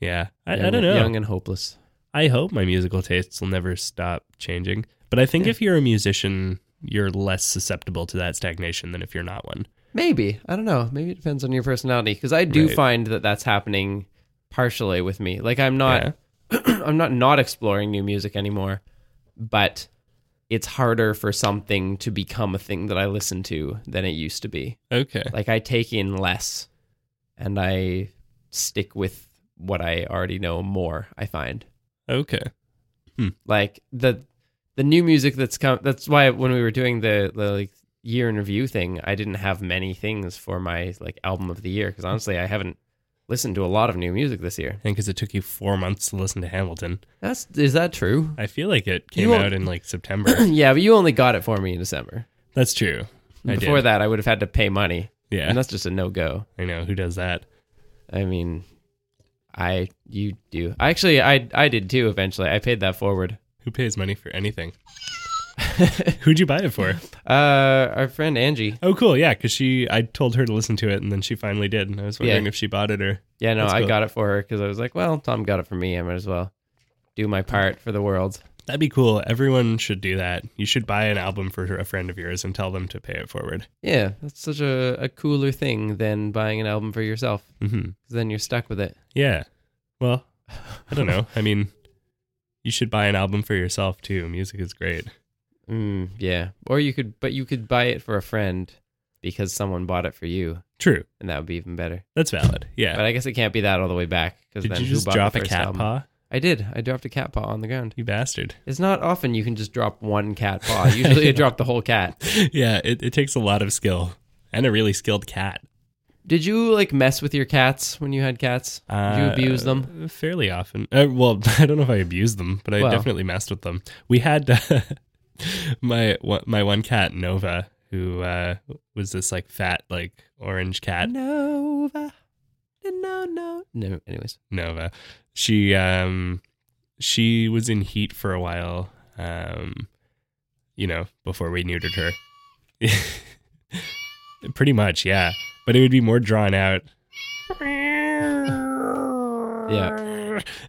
Speaker 2: Yeah. I,
Speaker 1: Young
Speaker 2: I don't
Speaker 1: and-
Speaker 2: know.
Speaker 1: Young and hopeless.
Speaker 2: I hope my musical tastes will never stop changing. But I think if you're a musician, you're less susceptible to that stagnation than if you're not one.
Speaker 1: Maybe I don't know. Maybe it depends on your personality because I do
Speaker 2: Right.
Speaker 1: find that that's happening partially with me. Like I'm not.
Speaker 2: Yeah.
Speaker 1: [clears throat] I'm not not exploring new music anymore, but it's harder for something to become a thing that I listen to than it used to be.
Speaker 2: Okay.
Speaker 1: Like I take in less and I stick with what I already know more, I find.
Speaker 2: Okay.
Speaker 1: Like the the new music that's come that's why when we were doing the, the like year in review thing, I didn't have many things for my like album of the year because honestly I haven't listened to a lot of new music this year.
Speaker 2: And because it took you four months to listen to Hamilton,
Speaker 1: That's is that true?
Speaker 2: I feel like it came
Speaker 1: won't-
Speaker 2: out in like
Speaker 1: [clears throat]
Speaker 2: September.
Speaker 1: yeah, but you only got it for me in December.
Speaker 2: That's true. I
Speaker 1: Before
Speaker 2: did.
Speaker 1: that, I would have had to pay money,
Speaker 2: yeah,
Speaker 1: and that's just a no go.
Speaker 2: I know who does that.
Speaker 1: I mean, I you do. Actually, I I did too. Eventually, I paid that forward.
Speaker 2: Who pays money for
Speaker 1: [laughs]
Speaker 2: anything? Who'd you buy it for?
Speaker 1: Uh, our friend Angie.
Speaker 2: Oh, cool. Yeah, because she, I told her to listen to it, and then she finally did, and I was wondering
Speaker 1: Yeah.
Speaker 2: if she bought it or.
Speaker 1: Yeah, no,
Speaker 2: That's
Speaker 1: I
Speaker 2: cool.
Speaker 1: got it for her because I was like, well, Tom got it for me. I might as well do my part for the world.
Speaker 2: That'd be cool. Everyone should do that. You should buy an album for a friend of yours and tell them to pay it forward.
Speaker 1: Yeah, that's such a, a cooler thing than buying an album for yourself.
Speaker 2: hmm
Speaker 1: 'cause Then you're stuck with it.
Speaker 2: Yeah.
Speaker 1: [laughs]
Speaker 2: Well, I don't know. I mean, you should buy an album for yourself too. Music is great.
Speaker 1: Mm, yeah, or you could, but you could buy it for a friend because someone bought it for you,
Speaker 2: True.
Speaker 1: and that would be even better.
Speaker 2: That's valid. Yeah.
Speaker 1: But I guess it can't be that all the way back. Because
Speaker 2: Did
Speaker 1: then
Speaker 2: you
Speaker 1: who
Speaker 2: just
Speaker 1: bought
Speaker 2: drop
Speaker 1: the
Speaker 2: a
Speaker 1: first
Speaker 2: cat
Speaker 1: album?
Speaker 2: paw?
Speaker 1: I did. I dropped a cat paw on the ground.
Speaker 2: You bastard. [laughs]
Speaker 1: It's not often you can just drop one cat paw. Usually, you drop the whole cat.
Speaker 2: yeah, it, it takes a lot of skill and a really skilled cat.
Speaker 1: Did you like mess with your cats when you had cats? Did you
Speaker 2: Uh,
Speaker 1: abuse them?
Speaker 2: fairly often. Uh, well, [laughs] I don't know if I abused them, but I
Speaker 1: Well.
Speaker 2: definitely messed with them. We had uh, [laughs] my one- my one cat Nova, who uh, was this like fat like orange cat
Speaker 1: Nova. No, no. No. Anyways,
Speaker 2: Nova. She um she was in heat for a while. Um, you know, before we neutered her. [laughs] Pretty much, yeah. But it would be more drawn out.
Speaker 1: Yeah.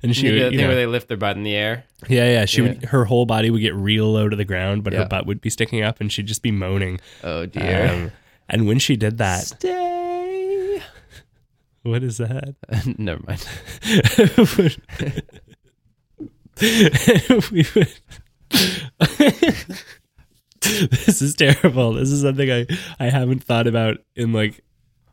Speaker 2: And she,
Speaker 1: you know, the
Speaker 2: would, you
Speaker 1: thing
Speaker 2: know,
Speaker 1: where they lift their butt in the air.
Speaker 2: yeah, yeah. She
Speaker 1: Yeah.
Speaker 2: would, her whole body would get real low to the ground, but
Speaker 1: Yeah.
Speaker 2: her butt would be sticking up, and she'd just be moaning.
Speaker 1: Oh dear.
Speaker 2: Um, and when she did that,
Speaker 1: Stay.
Speaker 2: [laughs] what is that?
Speaker 1: [laughs] Never mind.
Speaker 2: [laughs] would- we would. this is terrible. This is something I, I haven't thought about in like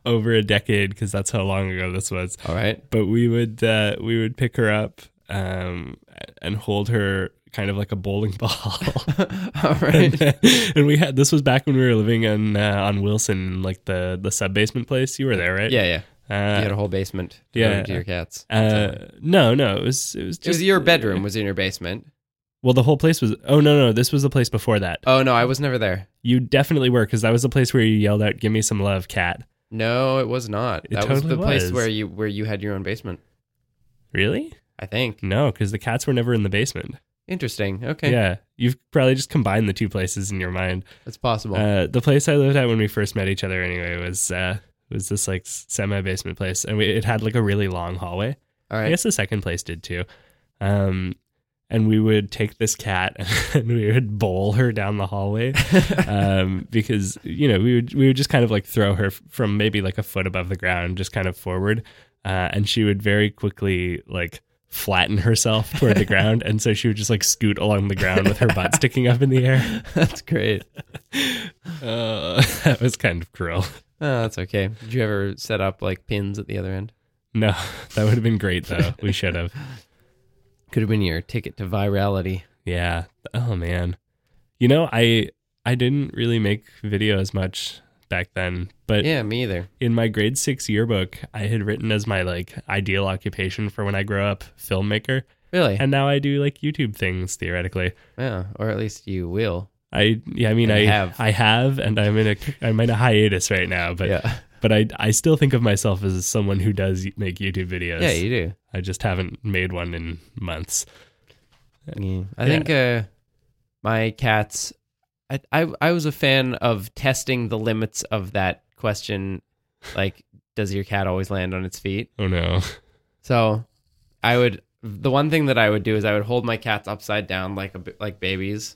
Speaker 2: over a decade because that's how long ago this was.
Speaker 1: All right.
Speaker 2: But we would uh, we would pick her up um, and hold her kind of like a bowling [laughs] ball.
Speaker 1: [laughs] All right.
Speaker 2: and, uh, and we had this was back when we were living in uh, on Wilson, like the the sub basement place. You were there, right?
Speaker 1: [laughs] Yeah, yeah. You
Speaker 2: Uh,
Speaker 1: had a whole basement.
Speaker 2: yeah.
Speaker 1: devoted to your cats.
Speaker 2: uh, no, no, it was it was
Speaker 1: it
Speaker 2: just
Speaker 1: was your bedroom was in your basement.
Speaker 2: Well, the whole place was. Oh no, no, this was the place before that.
Speaker 1: Oh no, I was never there.
Speaker 2: You definitely were because that was the place where you yelled out, "Give me some love, cat."
Speaker 1: No, it was not.
Speaker 2: It
Speaker 1: that was
Speaker 2: totally
Speaker 1: the place
Speaker 2: was.
Speaker 1: where you where you had your own basement.
Speaker 2: Really?
Speaker 1: I think.
Speaker 2: No, because the cats were never in the basement.
Speaker 1: Interesting. Okay.
Speaker 2: Mm. Yeah, You've probably just combined the two places in your mind.
Speaker 1: It's possible.
Speaker 2: Uh, the place I lived at when we first met each other, anyway, was uh, was this like semi basement place, and we, it had like a really long hallway.
Speaker 1: All
Speaker 2: I
Speaker 1: right.
Speaker 2: guess the second place did too. Um, and we would take this cat [laughs] and we would bowl her down the hallway um, because you know we would we would just kind of like throw her f- from maybe like a foot above the ground, just kind of forward, uh, and she would very quickly like flatten herself toward the ground, and so she would just like scoot along the ground with her butt sticking up in
Speaker 1: [laughs]
Speaker 2: the air.
Speaker 1: [laughs] that's great.
Speaker 2: Uh, [laughs] that was kind of cruel.
Speaker 1: Oh, that's okay. Did you ever set up like pins at the other end?
Speaker 2: No, [laughs] that would have been great though. We should have.
Speaker 1: Could have been your ticket to virality.
Speaker 2: Yeah. Oh man. You know, I I didn't really make videos much back then, but
Speaker 1: Yeah, me either.
Speaker 2: in my grade 6 yearbook, I had written as my like ideal occupation for when I grow up, filmmaker,
Speaker 1: Really?
Speaker 2: and now I do like YouTube things theoretically.
Speaker 1: yeah, or at least you will.
Speaker 2: I yeah, I mean
Speaker 1: And
Speaker 2: I
Speaker 1: have.
Speaker 2: I have and I'm in a I'm in a hiatus right now, but
Speaker 1: yeah.
Speaker 2: but I I still think of myself as someone who does make YouTube videos.
Speaker 1: Yeah, you do.
Speaker 2: I just haven't made one in months.
Speaker 1: Yeah. I
Speaker 2: Yeah.
Speaker 1: think uh, my cats. I, I I was a fan of testing the limits of that question, like, does your cat always land on its feet?
Speaker 2: Oh no. [laughs]
Speaker 1: So, I would the one thing that I would do is I would hold my cats upside down like a b- like babies,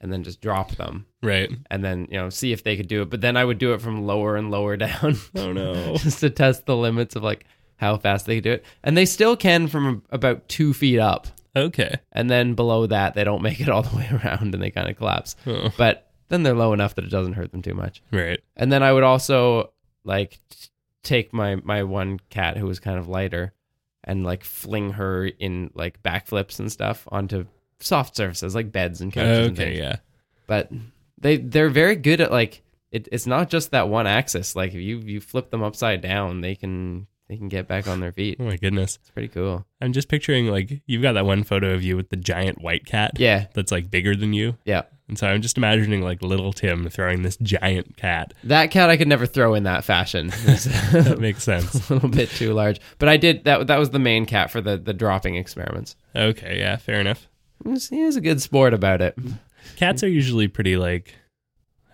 Speaker 1: and then just drop them,
Speaker 2: Right.
Speaker 1: and then you know see if they could do it. But then I would do it from lower and lower [laughs] down.
Speaker 2: Oh no.
Speaker 1: just to test the limits of like how fast they could do it. And they still can from about two feet up.
Speaker 2: okay.
Speaker 1: And then below that, they don't [laughs] make it all the way around and they kind of collapse.
Speaker 2: Oh.
Speaker 1: But then they're low enough that it doesn't hurt them too much.
Speaker 2: Right.
Speaker 1: And then I would also like t- take my, my one cat who was kind of lighter and like fling her in like backflips and stuff onto soft surfaces like beds and couches. and things
Speaker 2: Okay, yeah.
Speaker 1: but they they're very good at like it, it's not just that one axis like if you you flip them upside down they can they can get back on their feet
Speaker 2: Oh my goodness.
Speaker 1: it's pretty cool
Speaker 2: I'm just picturing like you've got that one photo of you with the giant white cat
Speaker 1: yeah
Speaker 2: that's like bigger than you.
Speaker 1: yeah
Speaker 2: And so I'm just imagining like little Tim throwing this giant
Speaker 1: [laughs]
Speaker 2: cat.
Speaker 1: that cat i could never throw in that
Speaker 2: [laughs]
Speaker 1: fashion [laughs] It's [laughs]
Speaker 2: That
Speaker 1: a
Speaker 2: makes sense.
Speaker 1: little bit too large but i did that that was the main cat for the the dropping experiments
Speaker 2: Okay, yeah, fair enough.
Speaker 1: he was, he was a good sport about it
Speaker 2: Cats are usually pretty like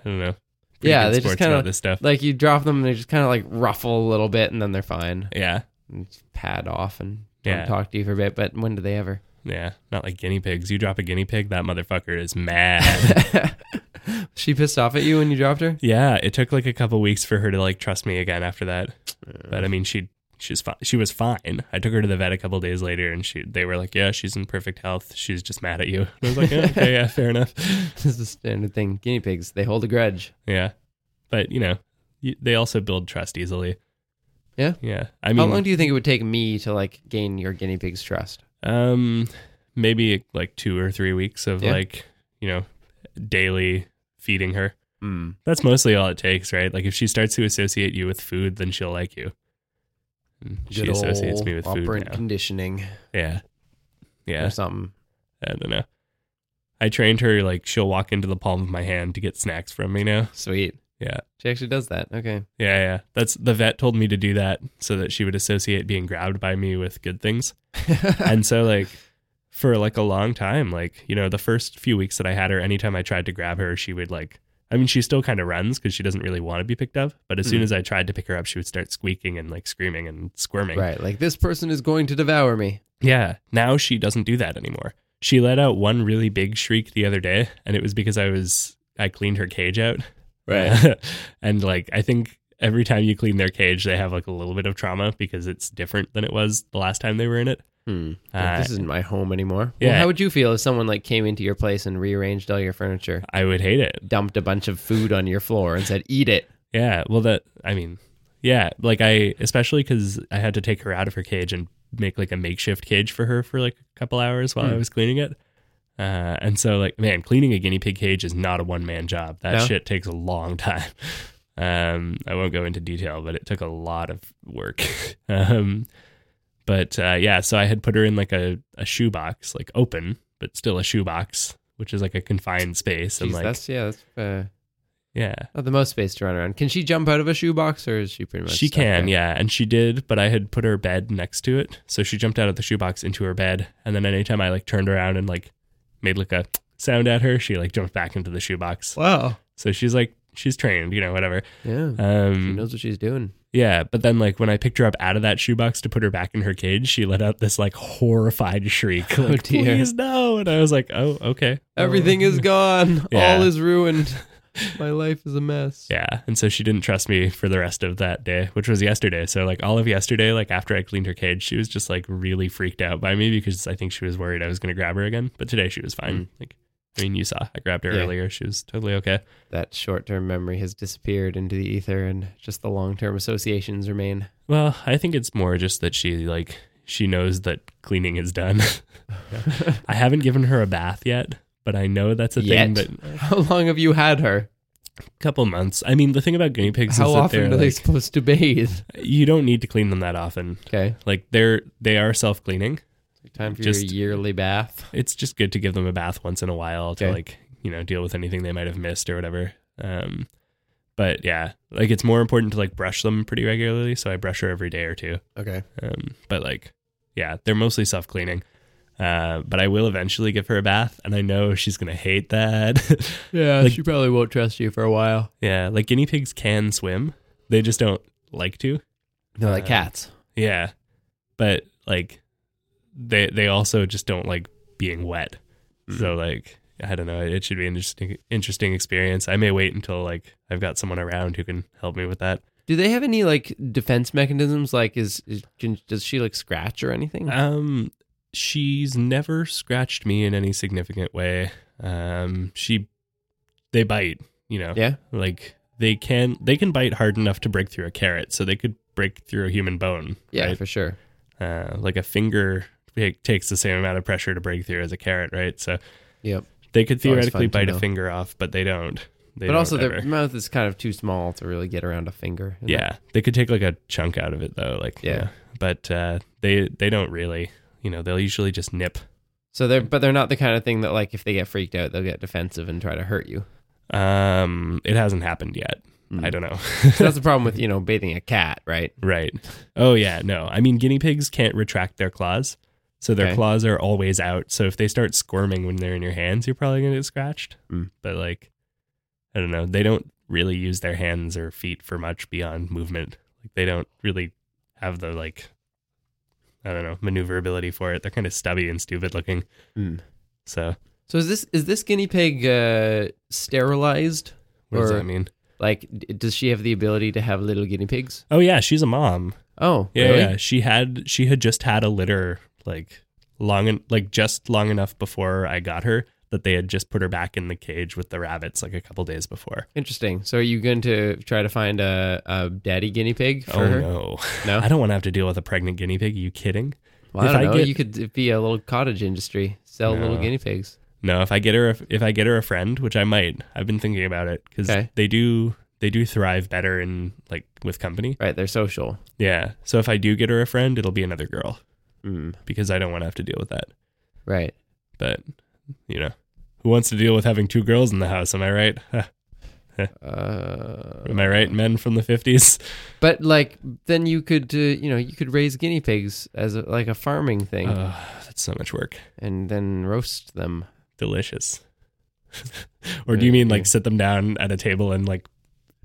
Speaker 2: I don't know. pretty
Speaker 1: Yeah,
Speaker 2: good
Speaker 1: they just
Speaker 2: sports
Speaker 1: kinda-
Speaker 2: about this stuff.
Speaker 1: like you drop them and they just kind of like ruffle a little bit and then they're fine
Speaker 2: yeah.
Speaker 1: and just pad off and don't
Speaker 2: Yeah.
Speaker 1: talk to you for a bit but when do they ever [laughs]
Speaker 2: Yeah. Not like guinea pigs. You drop a guinea pig, that motherfucker is mad.
Speaker 1: [laughs] she pissed off at you when you dropped her
Speaker 2: yeah, it took like a couple weeks for her to like trust me again after that. But I mean, she she's fine. She was fine. I took her to the vet a couple days later, and she they were like, "Yeah, she's in perfect health. She's just mad at you." And I was like, "Oh,
Speaker 1: [laughs]
Speaker 2: "Okay, yeah, fair
Speaker 1: [laughs]
Speaker 2: enough."
Speaker 1: this is the standard thing. Guinea pigs, they hold a grudge.
Speaker 2: Yeah, but you know, you, they also build trust easily.
Speaker 1: Yeah?
Speaker 2: yeah. I mean,
Speaker 1: How long do you think it would take me to like gain your guinea pig's trust?
Speaker 2: um, maybe like two or three weeks of
Speaker 1: Yeah.
Speaker 2: like you know daily feeding her.
Speaker 1: Mm.
Speaker 2: That's mostly all it takes, right? Like if she starts to associate you with food, then she'll like you. And She associates me with food
Speaker 1: operant
Speaker 2: now.
Speaker 1: conditioning
Speaker 2: Yeah, yeah.
Speaker 1: or something.
Speaker 2: I don't know. I trained her like she'll walk into the palm of my hand to get snacks from me now.
Speaker 1: Sweet.
Speaker 2: Yeah.
Speaker 1: She actually does that. Okay.
Speaker 2: Yeah, yeah. That's the vet told me to do that so that she would associate being grabbed by me with good things. and so like for like a long time, like, you know, the first few weeks that I had her, anytime I tried to grab her, she would like I mean, she still kind of runs because she doesn't really want to be picked up. But as soon
Speaker 1: Mm.
Speaker 2: as I tried to pick her up, she would start squeaking and like screaming and squirming.
Speaker 1: Right. Like this person is going to devour me.
Speaker 2: Yeah, now she doesn't do that anymore. She let out one really big shriek the other day, and it was because I was I cleaned her cage out. [laughs] and like I think every time you clean their cage, they have like a little bit of trauma because it's different than it was the last time they were in it.
Speaker 1: Hmm.
Speaker 2: Uh,
Speaker 1: this isn't my home anymore.
Speaker 2: yeah.
Speaker 1: Well, how would you feel if someone like came into your place and rearranged all your furniture,
Speaker 2: I would hate it.
Speaker 1: dumped a bunch of food on your floor, and said, "Eat
Speaker 2: [laughs]
Speaker 1: it"?
Speaker 2: Yeah. Well, that I mean, yeah. Like I especially because I had to take her out of her cage and make like a makeshift cage for her for like a couple hours while I
Speaker 1: Hmm.
Speaker 2: was cleaning it. Uh, and so like man, cleaning a guinea pig cage is not a one man job. That
Speaker 1: No?
Speaker 2: shit takes a long time. [laughs] Um, I won't go into detail, but it took a lot of work. [laughs] um, but uh, yeah, so I had put her in like a a shoebox, like open, but still a shoebox, which is like a confined space, and
Speaker 1: Jeez,
Speaker 2: like
Speaker 1: that's yeah, that's uh,
Speaker 2: yeah,
Speaker 1: not the most space to run around. Can she jump out of a shoebox, or is she pretty much?
Speaker 2: She
Speaker 1: stuck
Speaker 2: can,
Speaker 1: there?
Speaker 2: yeah. And she did, but I had put her bed next to it. So she jumped out of the shoebox into her bed. And then anytime I like turned around and like made like a sound at her, she like jumped back into the shoebox.
Speaker 1: Wow.
Speaker 2: So she's like, she's trained, you know, whatever.
Speaker 1: Yeah. she
Speaker 2: Um,
Speaker 1: knows what she's doing.
Speaker 2: yeah, but then like when I picked her up out of that shoebox to put her back in her cage, she let out this like horrified shriek.
Speaker 1: Oh,
Speaker 2: Like,
Speaker 1: dear.
Speaker 2: Please no! And I was like, oh okay,
Speaker 1: Everything
Speaker 2: [laughs]
Speaker 1: is gone.
Speaker 2: Yeah.
Speaker 1: All is
Speaker 2: [laughs]
Speaker 1: ruined. My life is a mess.
Speaker 2: Yeah, and so she didn't trust me for the rest of that day, which was yesterday. So like all of yesterday, like after I cleaned her cage, she was just like really freaked out by me because I think she was worried I was going to grab her again. But today she was fine. Like I mean, you saw I grabbed her
Speaker 1: Mm. Yeah.
Speaker 2: earlier; she was totally okay.
Speaker 1: That short term memory has disappeared into the ether and just the long term associations remain.
Speaker 2: Well, I think it's more just that she like she knows that cleaning is done. [laughs] I haven't given her a bath yet, but I know that's a
Speaker 1: Yet?
Speaker 2: thing. But
Speaker 1: How long have you had her?
Speaker 2: a couple months. I mean, the thing about guinea pigs
Speaker 1: How
Speaker 2: is that they're
Speaker 1: often are they
Speaker 2: like,
Speaker 1: supposed to bathe?
Speaker 2: you don't need to clean them that often.
Speaker 1: Okay.
Speaker 2: Like they're they are self cleaning.
Speaker 1: Time for
Speaker 2: Just-
Speaker 1: your yearly bath.
Speaker 2: it's just good to give them a bath once in a while to
Speaker 1: Okay.
Speaker 2: like you know deal with anything they might have missed or whatever um but yeah like it's more important to like brush them pretty regularly so i brush her every day or two
Speaker 1: Okay.
Speaker 2: um but like yeah they're mostly self cleaning uh but i will eventually give her a bath and i know she's gonna hate that [laughs]
Speaker 1: Yeah,
Speaker 2: Like-
Speaker 1: she probably won't trust you for a while.
Speaker 2: yeah like guinea pigs can swim they just don't like to
Speaker 1: They're like
Speaker 2: Uh,
Speaker 1: cats.
Speaker 2: yeah but like they they also just don't like being wet
Speaker 1: Mm-hmm.
Speaker 2: so like i don't know it should be an interesting interesting experience i may wait until like i've got someone around who can help me with that
Speaker 1: Do they have any like defense mechanisms? Like, is, is can, does she like scratch or anything?
Speaker 2: um she's never scratched me in any significant way um she they bite you know
Speaker 1: yeah.
Speaker 2: like they can they can bite hard enough to break through a carrot so they could break through a human bone
Speaker 1: Yeah,
Speaker 2: right?
Speaker 1: for sure.
Speaker 2: uh, like a finger take, takes the same amount of pressure to break through as a carrot, right? So
Speaker 1: Yep.
Speaker 2: they could
Speaker 1: It's always
Speaker 2: theoretically
Speaker 1: fun to
Speaker 2: bite a
Speaker 1: know.
Speaker 2: finger off, but they don't. They
Speaker 1: but
Speaker 2: don't
Speaker 1: also, their [laughs]
Speaker 2: ever.
Speaker 1: mouth is kind of too small to really get around a finger. isn't it?
Speaker 2: yeah, they could take like a chunk out of it though, like
Speaker 1: Yeah.
Speaker 2: But uh, they they don't really, you know, they'll usually just nip.
Speaker 1: So they're but they're not the kind of thing that like if they get freaked out they'll get defensive and try to hurt you.
Speaker 2: Um, it hasn't happened yet.
Speaker 1: Mm.
Speaker 2: I don't know. [laughs]
Speaker 1: So that's the problem with you know bathing a cat, right?
Speaker 2: Right. Oh yeah, no. I mean guinea pigs can't retract their claws. So their
Speaker 1: Okay.
Speaker 2: claws are always out. So if they start squirming when they're in your hands, you're probably going to get scratched.
Speaker 1: Mm.
Speaker 2: But like I don't know, they don't really use their hands or feet for much beyond movement. Like they don't really have the like I don't know, maneuverability for it. They're kind of stubby and stupid looking.
Speaker 1: Mm.
Speaker 2: So
Speaker 1: So is this is this guinea pig uh, sterilized?
Speaker 2: what does
Speaker 1: Or-
Speaker 2: that mean?
Speaker 1: Like, d- does she have the ability to have little guinea pigs?
Speaker 2: Oh yeah, she's a mom.
Speaker 1: Oh,
Speaker 2: Yeah,
Speaker 1: really?
Speaker 2: yeah. She had she had just had a litter like long en- like just long enough before I got her that they had just put her back in the cage with the rabbits like a couple days before.
Speaker 1: Interesting. So are you going to try to find a, a daddy guinea pig for
Speaker 2: oh
Speaker 1: her?
Speaker 2: [laughs] no.
Speaker 1: No?
Speaker 2: I don't want to have to deal with a pregnant guinea pig. Are you kidding?
Speaker 1: Well, I
Speaker 2: If
Speaker 1: don't
Speaker 2: I
Speaker 1: know.
Speaker 2: get-
Speaker 1: You could be a little cottage industry, sell little
Speaker 2: No.
Speaker 1: guinea pigs.
Speaker 2: No, if I get her a, if I get her a friend, which I might. I've been thinking about it cuz
Speaker 1: Okay.
Speaker 2: they do they do thrive better in like with company.
Speaker 1: Right, they're social.
Speaker 2: Yeah. So if I do get her a friend, it'll be another girl
Speaker 1: Mm,
Speaker 2: because I don't want to have to deal with that.
Speaker 1: right.
Speaker 2: But you know, who wants to deal with having two girls in the house, am I right? [laughs]
Speaker 1: Uh,
Speaker 2: Am I right, men from the fifties?
Speaker 1: but like, then you could, uh, you know, you could raise guinea pigs as a, like a farming thing,
Speaker 2: Ah, that's so much work.
Speaker 1: and then roast them.
Speaker 2: Delicious. [laughs] or do you mean like sit them down at a table and like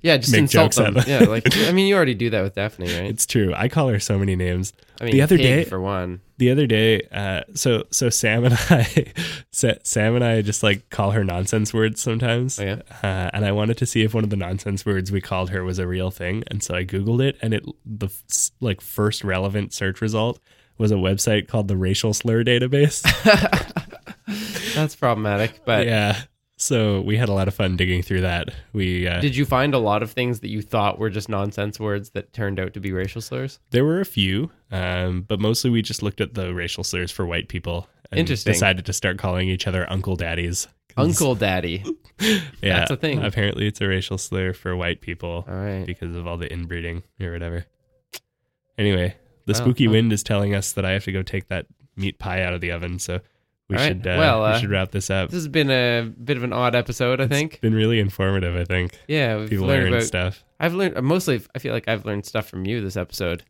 Speaker 1: Yeah, just
Speaker 2: Make
Speaker 1: insult
Speaker 2: jokes out
Speaker 1: them.
Speaker 2: of it.
Speaker 1: yeah, like
Speaker 2: [laughs]
Speaker 1: I mean, you already do that with Daphne, right?
Speaker 2: it's true. I call her so many names.
Speaker 1: I mean,
Speaker 2: the other
Speaker 1: pig,
Speaker 2: day-
Speaker 1: for one.
Speaker 2: The other day, uh, so so Sam and [laughs] I, Sa- Sam and I just like call her nonsense words sometimes.
Speaker 1: Oh, yeah?
Speaker 2: Uh, and I wanted to see if one of the nonsense words we called her was a real thing, and so I googled it, and it the f- s- like first relevant search result was a website called the Racial Slur Database.
Speaker 1: That's problematic. But
Speaker 2: yeah. So we had a lot of fun digging through that. We uh,
Speaker 1: did you find a lot of things that you thought were just nonsense words that turned out to be racial slurs?
Speaker 2: there were a few, um, but mostly we just looked at the racial slurs for white people. And
Speaker 1: Interesting.
Speaker 2: Decided to start calling each other uncle daddies. 'Cause-
Speaker 1: Uncle Daddy.
Speaker 2: [laughs] yeah,
Speaker 1: that's a thing.
Speaker 2: Apparently, it's a racial slur for white people
Speaker 1: All right.
Speaker 2: because of all the inbreeding or whatever. Anyway, the
Speaker 1: Wow.
Speaker 2: spooky
Speaker 1: Huh.
Speaker 2: wind is telling us that I have to go take that meat pie out of the oven. So we
Speaker 1: All right.
Speaker 2: should uh,
Speaker 1: Well, uh,
Speaker 2: we should wrap this up.
Speaker 1: This has been a bit of an odd episode, I think.
Speaker 2: It's been really informative. I think
Speaker 1: Yeah, we've
Speaker 2: people
Speaker 1: learned
Speaker 2: learn
Speaker 1: about.
Speaker 2: stuff.
Speaker 1: I've learned mostly. I feel like I've learned stuff from you this episode.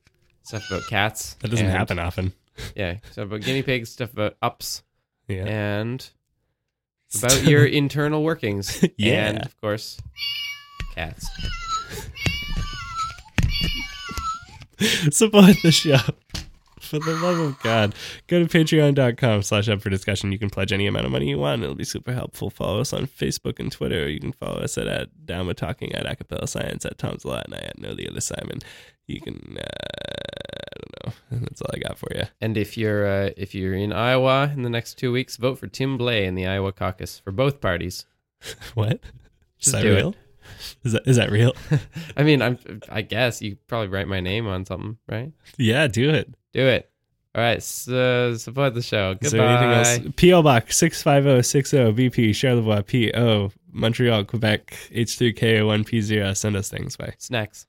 Speaker 1: Stuff about cats.
Speaker 2: That doesn't
Speaker 1: and-
Speaker 2: happen often.
Speaker 1: Yeah, stuff about guinea pigs, stuff about ups,
Speaker 2: Yeah.
Speaker 1: and about your internal workings.
Speaker 2: [laughs] Yeah.
Speaker 1: And of course, cats.
Speaker 2: support the show. For the love of God, go to patreon.com slash up for discussion. You can pledge any amount of money you want. It'll be super helpful. Follow us on Facebook and Twitter. You can follow us at, at Down With Talking, at Acapella Science, at Tom's Lot, and I at Know The Other Simon. You can, uh, I don't know. [laughs] That's all I got for you.
Speaker 1: And if you're uh, if you're in Iowa in the next two weeks, vote for Tim Blay in the Iowa caucus for both parties.
Speaker 2: What? Is
Speaker 1: Just
Speaker 2: that
Speaker 1: do it.
Speaker 2: real? Is that, is that real? [laughs]
Speaker 1: I mean, I'm I guess you could probably write my name on something, right?
Speaker 2: yeah, do it.
Speaker 1: Do it. All right, so support the show. Goodbye.
Speaker 2: Is there anything else? P.O. Box 65060 BP, Charlevoix, P.O., Montreal, Quebec, H3K01P0. Send us things. Bye.
Speaker 1: Snacks.